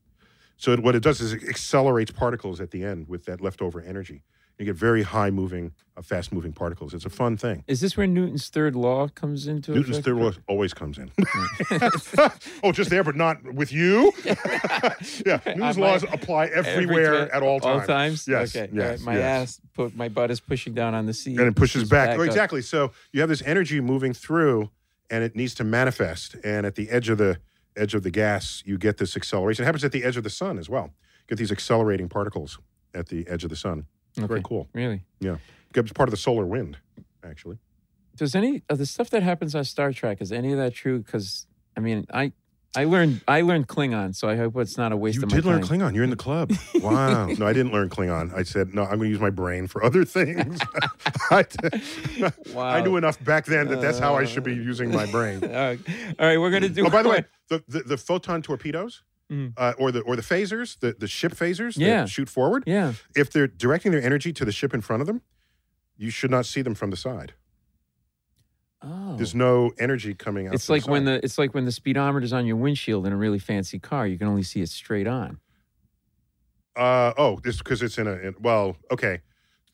[SPEAKER 2] So it, what it does is it accelerates particles at the end with that leftover energy. You get very high moving, uh, fast moving particles. It's a fun thing.
[SPEAKER 3] Is this where Newton's third law comes into
[SPEAKER 2] Newton's
[SPEAKER 3] effect?
[SPEAKER 2] third law always comes in. (laughs)
[SPEAKER 3] (laughs)
[SPEAKER 2] oh, just there, but not with you. (laughs) yeah, Newton's
[SPEAKER 3] I
[SPEAKER 2] laws
[SPEAKER 3] might-
[SPEAKER 2] apply
[SPEAKER 3] Every
[SPEAKER 2] everywhere
[SPEAKER 3] ti-
[SPEAKER 2] at all times.
[SPEAKER 3] All times.
[SPEAKER 2] Yes.
[SPEAKER 3] Okay. all
[SPEAKER 2] yes,
[SPEAKER 3] right, My
[SPEAKER 2] yes.
[SPEAKER 3] ass, put, my butt is pushing down on the seat,
[SPEAKER 2] and it pushes back. Oh,
[SPEAKER 3] up.
[SPEAKER 2] exactly. So you have this energy moving through, and it needs to manifest. And at the edge of the edge of the gas, you get this acceleration. It happens at the edge of the sun as well. You get these accelerating particles at the edge of the sun. It's very
[SPEAKER 3] Okay.
[SPEAKER 2] cool.
[SPEAKER 3] Really?
[SPEAKER 2] Yeah, it's part of the solar wind, actually.
[SPEAKER 3] Does any of the stuff that happens on Star Trek is any of that true? Because I mean, I I learned I learned Klingon, so I hope it's not a waste
[SPEAKER 2] You
[SPEAKER 3] of
[SPEAKER 2] did
[SPEAKER 3] my
[SPEAKER 2] learn
[SPEAKER 3] time.
[SPEAKER 2] Klingon. You're in the
[SPEAKER 3] (laughs)
[SPEAKER 2] club. Wow. no, I didn't learn Klingon. I said no. I'm going to use my brain for other things. (laughs) I,
[SPEAKER 3] (laughs)
[SPEAKER 2] d- (laughs) I knew enough back then that that's how I should be using my
[SPEAKER 3] (laughs)
[SPEAKER 2] brain.
[SPEAKER 3] Uh, all right, we're gonna do.
[SPEAKER 2] Oh, by the way, the, the, the photon torpedoes,
[SPEAKER 3] Mhm.
[SPEAKER 2] uh, or the or the phasers, the, the ship phasers
[SPEAKER 3] Yeah.
[SPEAKER 2] that shoot forward.
[SPEAKER 3] (laughs) Yeah.
[SPEAKER 2] If they're directing their energy to the ship in front of them, you should not see them from the side.
[SPEAKER 3] Oh.
[SPEAKER 2] There's no energy coming out.
[SPEAKER 3] It's
[SPEAKER 2] from
[SPEAKER 3] like when
[SPEAKER 2] side.
[SPEAKER 3] the it's like when the speedometer's on your windshield in a really fancy car. You can only see it straight on.
[SPEAKER 2] Uh, oh, this because it's in a in, well, okay,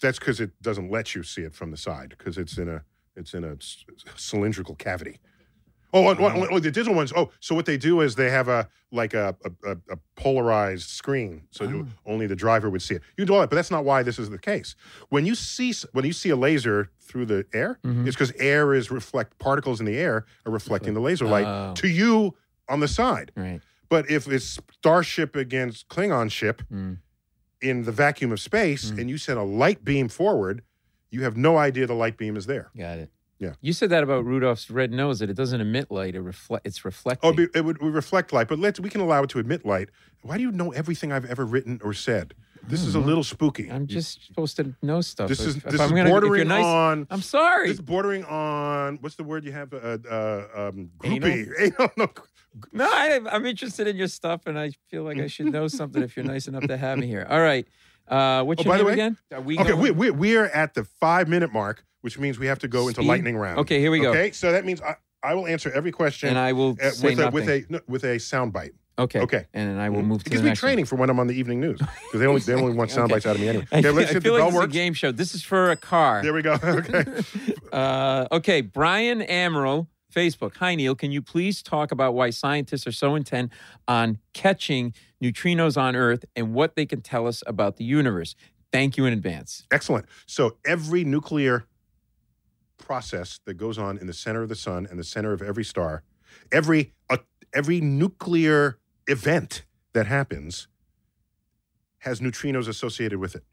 [SPEAKER 2] that's because it doesn't let you see it from the side because it's in a it's in a c- cylindrical cavity. Oh, and one- oh, the digital ones. Oh, so what they do is they have a like a a, a- a polarized screen, so you- only the driver would see it. You can do all that, but that's not why this is the case. When you see s- when you see a laser through the air, it's because air is reflect particles in the air are reflecting the laser light
[SPEAKER 3] Oh.
[SPEAKER 2] to you on the side.
[SPEAKER 3] Right.
[SPEAKER 2] But if it's starship against Klingon ship,
[SPEAKER 3] Mm.
[SPEAKER 2] in the vacuum of space and you send a light beam forward, you have no idea the light beam is there.
[SPEAKER 3] Got it.
[SPEAKER 2] Yeah.
[SPEAKER 3] You said that about Rudolph's red nose that it doesn't emit light. It reflect. It's reflecting.
[SPEAKER 2] Oh, it would- it would we reflect light, but let's we can allow it to emit light. Why do you know everything I've ever written or said? This
[SPEAKER 3] Mm.
[SPEAKER 2] is a little spooky.
[SPEAKER 3] I'm just supposed to know stuff.
[SPEAKER 2] This is
[SPEAKER 3] If- if
[SPEAKER 2] this
[SPEAKER 3] I'm
[SPEAKER 2] is
[SPEAKER 3] gonna- if you're
[SPEAKER 2] bordering
[SPEAKER 3] nice-
[SPEAKER 2] on.
[SPEAKER 3] I'm sorry.
[SPEAKER 2] This is bordering on. What's the word you have? Uh, uh, um,
[SPEAKER 3] Anal?
[SPEAKER 2] groupie. (laughs) Anal? no,
[SPEAKER 3] No, I, I'm interested in your stuff, and I feel like I should know something if you're nice enough to have me here. All right. Uh, what's
[SPEAKER 2] Oh,
[SPEAKER 3] your
[SPEAKER 2] by the
[SPEAKER 3] name
[SPEAKER 2] way-
[SPEAKER 3] again? Are we
[SPEAKER 2] okay,
[SPEAKER 3] going-
[SPEAKER 2] we, we, we are at the five minute mark, which means we have to go into
[SPEAKER 3] Speed?
[SPEAKER 2] lightning round.
[SPEAKER 3] Okay, here we go.
[SPEAKER 2] Okay, so that means I, I will answer every question,
[SPEAKER 3] And I will
[SPEAKER 2] uh,
[SPEAKER 3] say
[SPEAKER 2] with, a, with
[SPEAKER 3] nothing.
[SPEAKER 2] a no, with a sound bite.
[SPEAKER 3] Okay.
[SPEAKER 2] Okay.
[SPEAKER 3] And then I will move to
[SPEAKER 2] Mm. It gives
[SPEAKER 3] the
[SPEAKER 2] me
[SPEAKER 3] next one.
[SPEAKER 2] training for when I'm on the evening news because they only they only want sound
[SPEAKER 3] (laughs) Okay.
[SPEAKER 2] bites out of me anyway.
[SPEAKER 3] I,
[SPEAKER 2] Okay,
[SPEAKER 3] I
[SPEAKER 2] let's hit the
[SPEAKER 3] feel like
[SPEAKER 2] bell
[SPEAKER 3] this is a
[SPEAKER 2] works.
[SPEAKER 3] game show. This is for a car.
[SPEAKER 2] There we go. (laughs) Okay.
[SPEAKER 3] (laughs) Uh, okay, Brian Amaral, Facebook. Hi, Neil. Can you please talk about why scientists are so intent on catching neutrinos on Earth and what they can tell us about the universe? Thank you in advance.
[SPEAKER 2] Excellent. So every nuclear process that goes on in the center of the sun and the center of every star, every uh, every nuclear event that happens has neutrinos associated with it.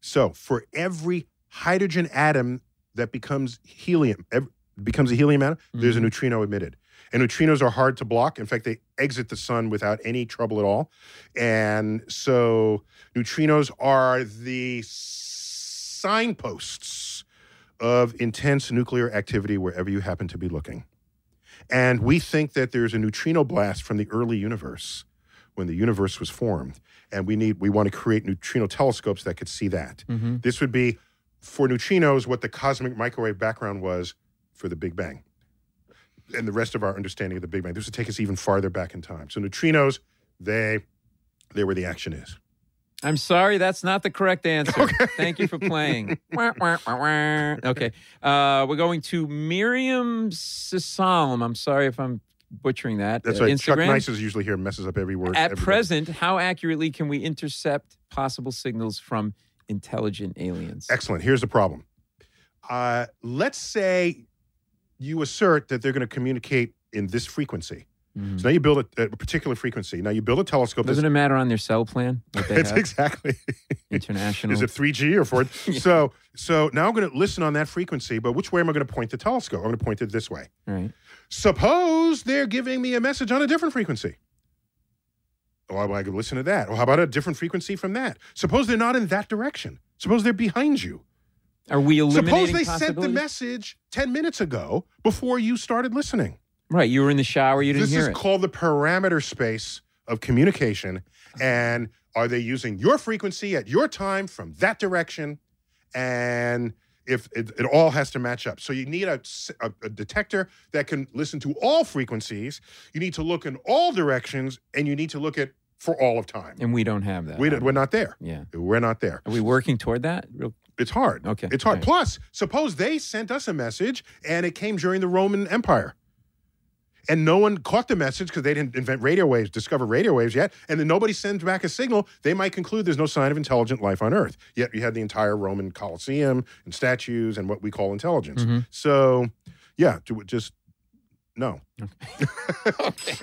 [SPEAKER 2] So for every hydrogen atom that becomes helium, ev- becomes a helium atom, there's a neutrino emitted. And neutrinos are hard to block. In fact, they exit the sun without any trouble at all. And so neutrinos are the signposts of intense nuclear activity wherever you happen to be looking. And we think that there's a neutrino blast from the early universe when the universe was formed. And we need we want to create neutrino telescopes that could see that.
[SPEAKER 3] Mhm.
[SPEAKER 2] This would be for neutrinos what the cosmic microwave background was for the Big Bang and the rest of our understanding of the Big Bang. This would take us even farther back in time. So neutrinos, they they're where the action is.
[SPEAKER 3] I'm sorry, that's not the correct answer. Thank you for playing. Wah, wah, wah, wah. okay, uh, we're going to Miriam Sisalem. I'm sorry if I'm butchering that.
[SPEAKER 2] That's
[SPEAKER 3] Uh,
[SPEAKER 2] right. Chuck
[SPEAKER 3] Instagram.
[SPEAKER 2] Nice is usually here, messes up every word.
[SPEAKER 3] At
[SPEAKER 2] every day.
[SPEAKER 3] present, how accurately can we intercept possible signals from intelligent aliens?
[SPEAKER 2] Excellent. Here's the problem. Uh, let's say you assert that they're going to communicate in this frequency.
[SPEAKER 3] Mhm.
[SPEAKER 2] So now you build a, a particular frequency. Now you build a telescope. that's-
[SPEAKER 3] Doesn't it matter on their cell plan? What
[SPEAKER 2] (laughs)
[SPEAKER 3] they
[SPEAKER 2] That's
[SPEAKER 3] have?
[SPEAKER 2] exactly.
[SPEAKER 3] International.
[SPEAKER 2] Is it 3G or 4? So so now I'm going to listen on that frequency, but which way am I going to point the telescope? I'm going to point it this way.
[SPEAKER 3] right.
[SPEAKER 2] Suppose they're giving me a message on a different frequency. Oh, I could listen to that. Well, how about a different frequency from that? Suppose they're not in that direction. Suppose they're behind you.
[SPEAKER 3] Are we eliminating
[SPEAKER 2] Suppose they sent the
[SPEAKER 3] possibilities?
[SPEAKER 2] message 10 minutes ago before you started listening.
[SPEAKER 3] Right. You were in the shower. You didn't
[SPEAKER 2] this
[SPEAKER 3] hear
[SPEAKER 2] is
[SPEAKER 3] it.
[SPEAKER 2] called the parameter space of communication. And are they using your frequency at your time from that direction? And if it, it all has to match up, so you need a, s- a- a detector that can listen to all frequencies. You need to look in all directions, and you need to look at for all of time.
[SPEAKER 3] and we don't have that.
[SPEAKER 2] We did, we're not there.
[SPEAKER 3] Yeah.
[SPEAKER 2] We're not there.
[SPEAKER 3] Are we working toward that? Real-
[SPEAKER 2] It's hard.
[SPEAKER 3] Okay.
[SPEAKER 2] It's hard.
[SPEAKER 3] All right.
[SPEAKER 2] Plus, suppose they sent us a message and it came during the Roman Empire. And no one caught the message because they didn't invent radio waves, discover radio waves yet. And then nobody sends back a signal. They might conclude there's no sign of intelligent life on Earth. Yet you had the entire Roman Colosseum and statues and what we call intelligence.
[SPEAKER 3] Mhm.
[SPEAKER 2] So, yeah, to, just no.
[SPEAKER 3] (laughs)
[SPEAKER 2] (laughs)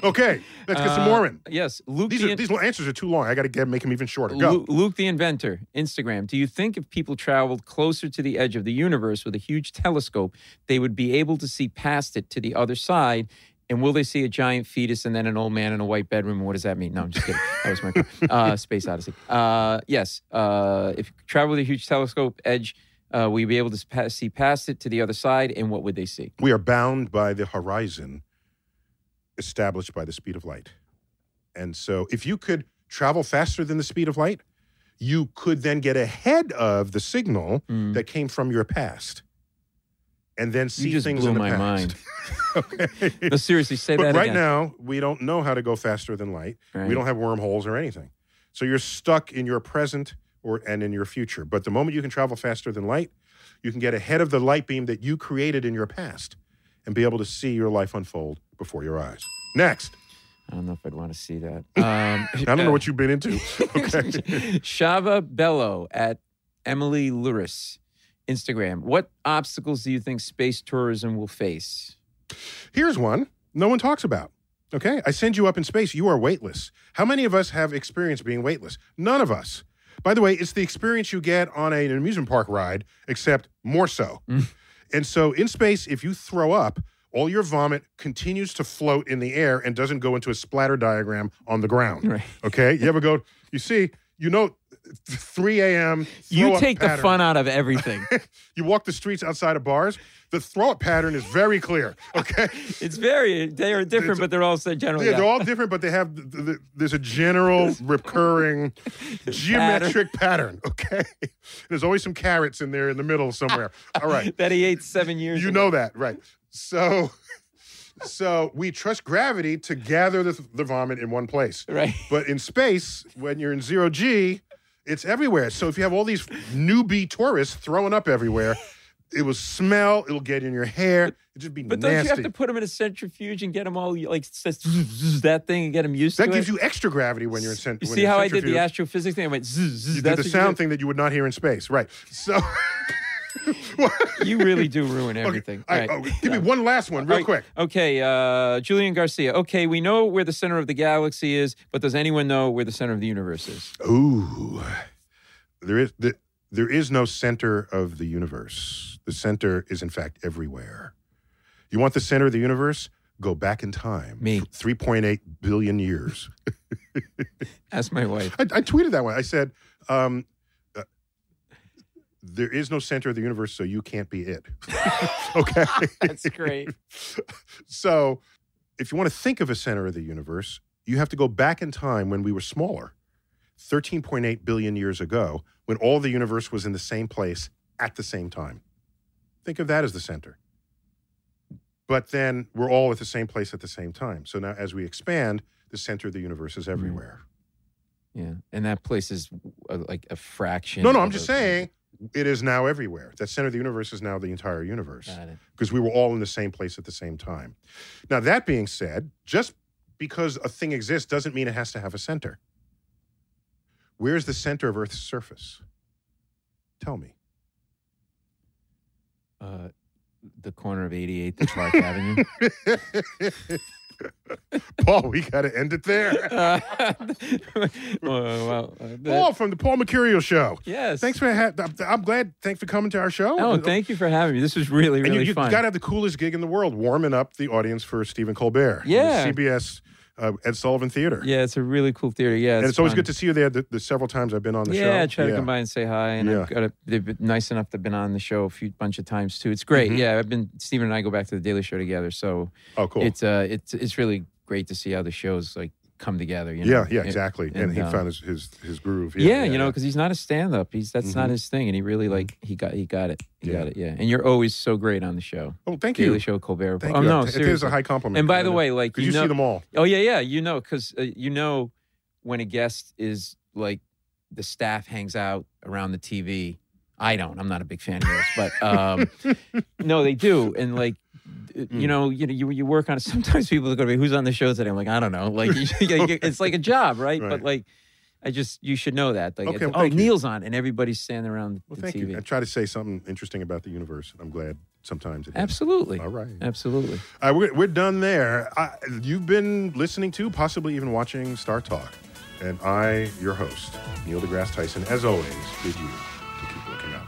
[SPEAKER 2] Okay. let's get some
[SPEAKER 3] Uh,
[SPEAKER 2] more in.
[SPEAKER 3] Yes. Luke
[SPEAKER 2] These,
[SPEAKER 3] the
[SPEAKER 2] are,
[SPEAKER 3] in-
[SPEAKER 2] these little answers are too long. I got to get make them even shorter. Go.
[SPEAKER 3] Lu- Luke the inventor, Instagram. Do you think if people traveled closer to the edge of the universe with a huge telescope, they would be able to see past it to the other side? And will they see a giant fetus and then an old man in a white bedroom? And What does that mean? No, I'm just kidding. That was my
[SPEAKER 2] (laughs)
[SPEAKER 3] uh, Space Odyssey. Uh, yes. Uh, if you travel with a huge telescope edge, uh, will you be able to pa- see past it to the other side? And what would they see?
[SPEAKER 2] We are bound by the horizon established by the speed of light. And so, if you could travel faster than the speed of light, you could then get ahead of the signal
[SPEAKER 3] Hmm.
[SPEAKER 2] that came from your past and then see
[SPEAKER 3] Mm. you just
[SPEAKER 2] things
[SPEAKER 3] blew
[SPEAKER 2] in the
[SPEAKER 3] my
[SPEAKER 2] past. (laughs)
[SPEAKER 3] mind. No, seriously, say
[SPEAKER 2] but
[SPEAKER 3] that
[SPEAKER 2] right
[SPEAKER 3] again.
[SPEAKER 2] now, we don't know how to go faster than light.
[SPEAKER 3] Right.
[SPEAKER 2] We don't have wormholes or anything. So you're stuck in your present or and in your future. But the moment you can travel faster than light, you can get ahead of the light beam that you created in your past and be able to see your life unfold before your eyes. Next.
[SPEAKER 3] I don't know if I'd want to see that.
[SPEAKER 2] (laughs)
[SPEAKER 3] Um,
[SPEAKER 2] I don't know what you've been into. Okay.
[SPEAKER 3] (laughs) Shava Bello at Emily Luris, Instagram. What obstacles do you think space tourism will face?
[SPEAKER 2] Here's one no one talks about. Okay. I send you up in space. You are weightless. How many of us have experience being weightless? None of us. By the way, it's the experience you get on a- an amusement park ride, except more so.
[SPEAKER 3] Mm.
[SPEAKER 2] and so in space, if you throw up, all your vomit continues to float in the air and doesn't go into a splatter diagram on the ground.
[SPEAKER 3] Right.
[SPEAKER 2] Okay. You ever go, you see, you know, 3 a.m.
[SPEAKER 3] You
[SPEAKER 2] throw-up
[SPEAKER 3] take the
[SPEAKER 2] pattern.
[SPEAKER 3] fun out
[SPEAKER 2] (laughs)
[SPEAKER 3] of everything.
[SPEAKER 2] You walk the streets outside of bars, the throw up pattern is very clear. Okay.
[SPEAKER 3] it's very they are different, but they're all so generally.
[SPEAKER 2] Yeah, they're all different, but they have th- th- th- there's a
[SPEAKER 3] (laughs)
[SPEAKER 2] general recurring geometric pattern. Okay, (laughs) there's always some carrots in there in the middle somewhere.
[SPEAKER 3] (laughs)
[SPEAKER 2] All right,
[SPEAKER 3] that he ate seven years.
[SPEAKER 2] you know that, right? So, (laughs) so we trust gravity to gather the, the vomit in one place, (laughs)
[SPEAKER 3] Right.
[SPEAKER 2] But in space, when you're in zero g, it's everywhere. So if you have all these newbie tourists throwing up everywhere, it will smell. It'll get in your hair. It'll just be
[SPEAKER 3] But don't
[SPEAKER 2] nasty.
[SPEAKER 3] you have to put them in a centrifuge and get them all like s- s- that thing and get them used to
[SPEAKER 2] that
[SPEAKER 3] it?
[SPEAKER 2] gives you extra gravity when you're in cent-
[SPEAKER 3] You
[SPEAKER 2] when
[SPEAKER 3] see
[SPEAKER 2] you're in
[SPEAKER 3] how I did the
[SPEAKER 2] centrifuge.
[SPEAKER 3] astrophysics thing? I went. Zzz, zzz,
[SPEAKER 2] You
[SPEAKER 3] that's
[SPEAKER 2] did the
[SPEAKER 3] what
[SPEAKER 2] sound
[SPEAKER 3] you
[SPEAKER 2] thing that you would not hear in space, right? So,
[SPEAKER 3] thing. You really
[SPEAKER 2] (laughs)
[SPEAKER 3] do ruin everything.
[SPEAKER 2] all
[SPEAKER 3] All
[SPEAKER 2] right,
[SPEAKER 3] right.
[SPEAKER 2] oh, give me one last one, real
[SPEAKER 3] Right.
[SPEAKER 2] quick.
[SPEAKER 3] Okay, uh, Julian Garcia. Okay, we know where the center of the galaxy is, but does anyone know where the center of the universe is?
[SPEAKER 2] Ooh, there is the, there is no center of the universe. The center is in fact everywhere. You want the center of the universe? Go back in time.
[SPEAKER 3] Me.
[SPEAKER 2] Three point eight billion years.
[SPEAKER 3] Ask my wife.
[SPEAKER 2] I, I tweeted that one. I said, um, uh, "There is no center of the universe, so you can't be it." (laughs) okay.
[SPEAKER 3] (laughs) That's great.
[SPEAKER 2] (laughs) So, if you want to think of a center of the universe, you have to go back in time when we were smaller, 13.8 billion years ago, when all the universe was in the same place at the same time. Think of that as the center. But then we're all at the same place at the same time. So now, as we expand, the center of the universe is everywhere.
[SPEAKER 3] Yeah, and that place is uh, like a fraction.
[SPEAKER 2] No, no,
[SPEAKER 3] of
[SPEAKER 2] I'm just
[SPEAKER 3] a-
[SPEAKER 2] saying it is now everywhere. That center of the universe is now the entire universe.
[SPEAKER 3] Got it.
[SPEAKER 2] because we were all in the same place at the same time. Now, that being said, just because a thing exists doesn't mean it has to have a center. Where's the center of Earth's surface? Tell
[SPEAKER 3] (laughs)
[SPEAKER 2] me.
[SPEAKER 3] Uh, the corner of 88th and
[SPEAKER 2] (laughs)
[SPEAKER 3] Clark Avenue. (laughs)
[SPEAKER 2] Paul, we got to end it
[SPEAKER 3] (laughs)
[SPEAKER 2] there.
[SPEAKER 3] Uh, well, well, uh, that-
[SPEAKER 2] Paul from the Paul Mercurio Show.
[SPEAKER 3] yes.
[SPEAKER 2] Oh, Thanks for ha- I'm- I'm glad. Thanks for coming to our show.
[SPEAKER 3] Oh, thank you for having me. This was really,
[SPEAKER 2] And
[SPEAKER 3] really
[SPEAKER 2] you, you
[SPEAKER 3] fun.
[SPEAKER 2] got to have the coolest gig in the world, warming up the audience for Stephen Colbert. It was
[SPEAKER 3] Yeah.
[SPEAKER 2] CBS uh, Ed Sullivan Theater.
[SPEAKER 3] Yeah, it's a really cool theater. Yeah,
[SPEAKER 2] and it's always
[SPEAKER 3] fun.
[SPEAKER 2] good to see you there. The, the several times I've been on the show.
[SPEAKER 3] yeah, I try to come by and say hi. And
[SPEAKER 2] Yeah.
[SPEAKER 3] I've got a, they've been nice enough to have been on the show a few bunch of times too. It's great.
[SPEAKER 2] Mhm.
[SPEAKER 3] Yeah, I've been Stephen and I go back to the Daily Show together. So
[SPEAKER 2] Oh, cool.
[SPEAKER 3] it's uh it's it's really great to see how the shows like come together. You know?
[SPEAKER 2] yeah, yeah,
[SPEAKER 3] And-
[SPEAKER 2] exactly. And, he
[SPEAKER 3] um,
[SPEAKER 2] found his, his his groove.
[SPEAKER 3] Yeah, you know, because he's not a stand-up. He's that's not
[SPEAKER 2] Mhm.
[SPEAKER 3] his thing, and he really like he got he got it. He
[SPEAKER 2] Yeah.
[SPEAKER 3] got it. Yeah, and you're always so great on the show.
[SPEAKER 2] Oh, thank
[SPEAKER 3] Daily
[SPEAKER 2] you.
[SPEAKER 3] Show Colbert.
[SPEAKER 2] Thank
[SPEAKER 3] oh
[SPEAKER 2] you.
[SPEAKER 3] no,
[SPEAKER 2] It is a
[SPEAKER 3] seriously.
[SPEAKER 2] high compliment.
[SPEAKER 3] And by the
[SPEAKER 2] Yeah.
[SPEAKER 3] way, like
[SPEAKER 2] 'Cause you see
[SPEAKER 3] know-
[SPEAKER 2] them all.
[SPEAKER 3] Oh yeah, yeah. You know, because uh, you know when a guest is like the staff hangs out around the TV. I don't. I'm not a big fan of those, but
[SPEAKER 2] (laughs)
[SPEAKER 3] um, no, they do. And like, d-
[SPEAKER 2] Hmm.
[SPEAKER 3] you know, you know, you, you work on it. (laughs) Sometimes people look at me, who's on the show today? I'm like, I don't know. Like, you- it's like a job, right? But like, I just you should know that. Like,
[SPEAKER 2] Okay,
[SPEAKER 3] it's-
[SPEAKER 2] well,
[SPEAKER 3] oh,
[SPEAKER 2] thank you.
[SPEAKER 3] Neil's on, and everybody's standing around
[SPEAKER 2] Well,
[SPEAKER 3] the
[SPEAKER 2] thank
[SPEAKER 3] TV.
[SPEAKER 2] you. I try to say something interesting about the universe. I'm glad sometimes it is.
[SPEAKER 3] Absolutely.
[SPEAKER 2] All right.
[SPEAKER 3] Absolutely.
[SPEAKER 2] All right, we're, we're done there. I, you've been listening to, possibly even watching Star Talk. And I, your host, Neil deGrasse Tyson, as always, bid you to keep looking up.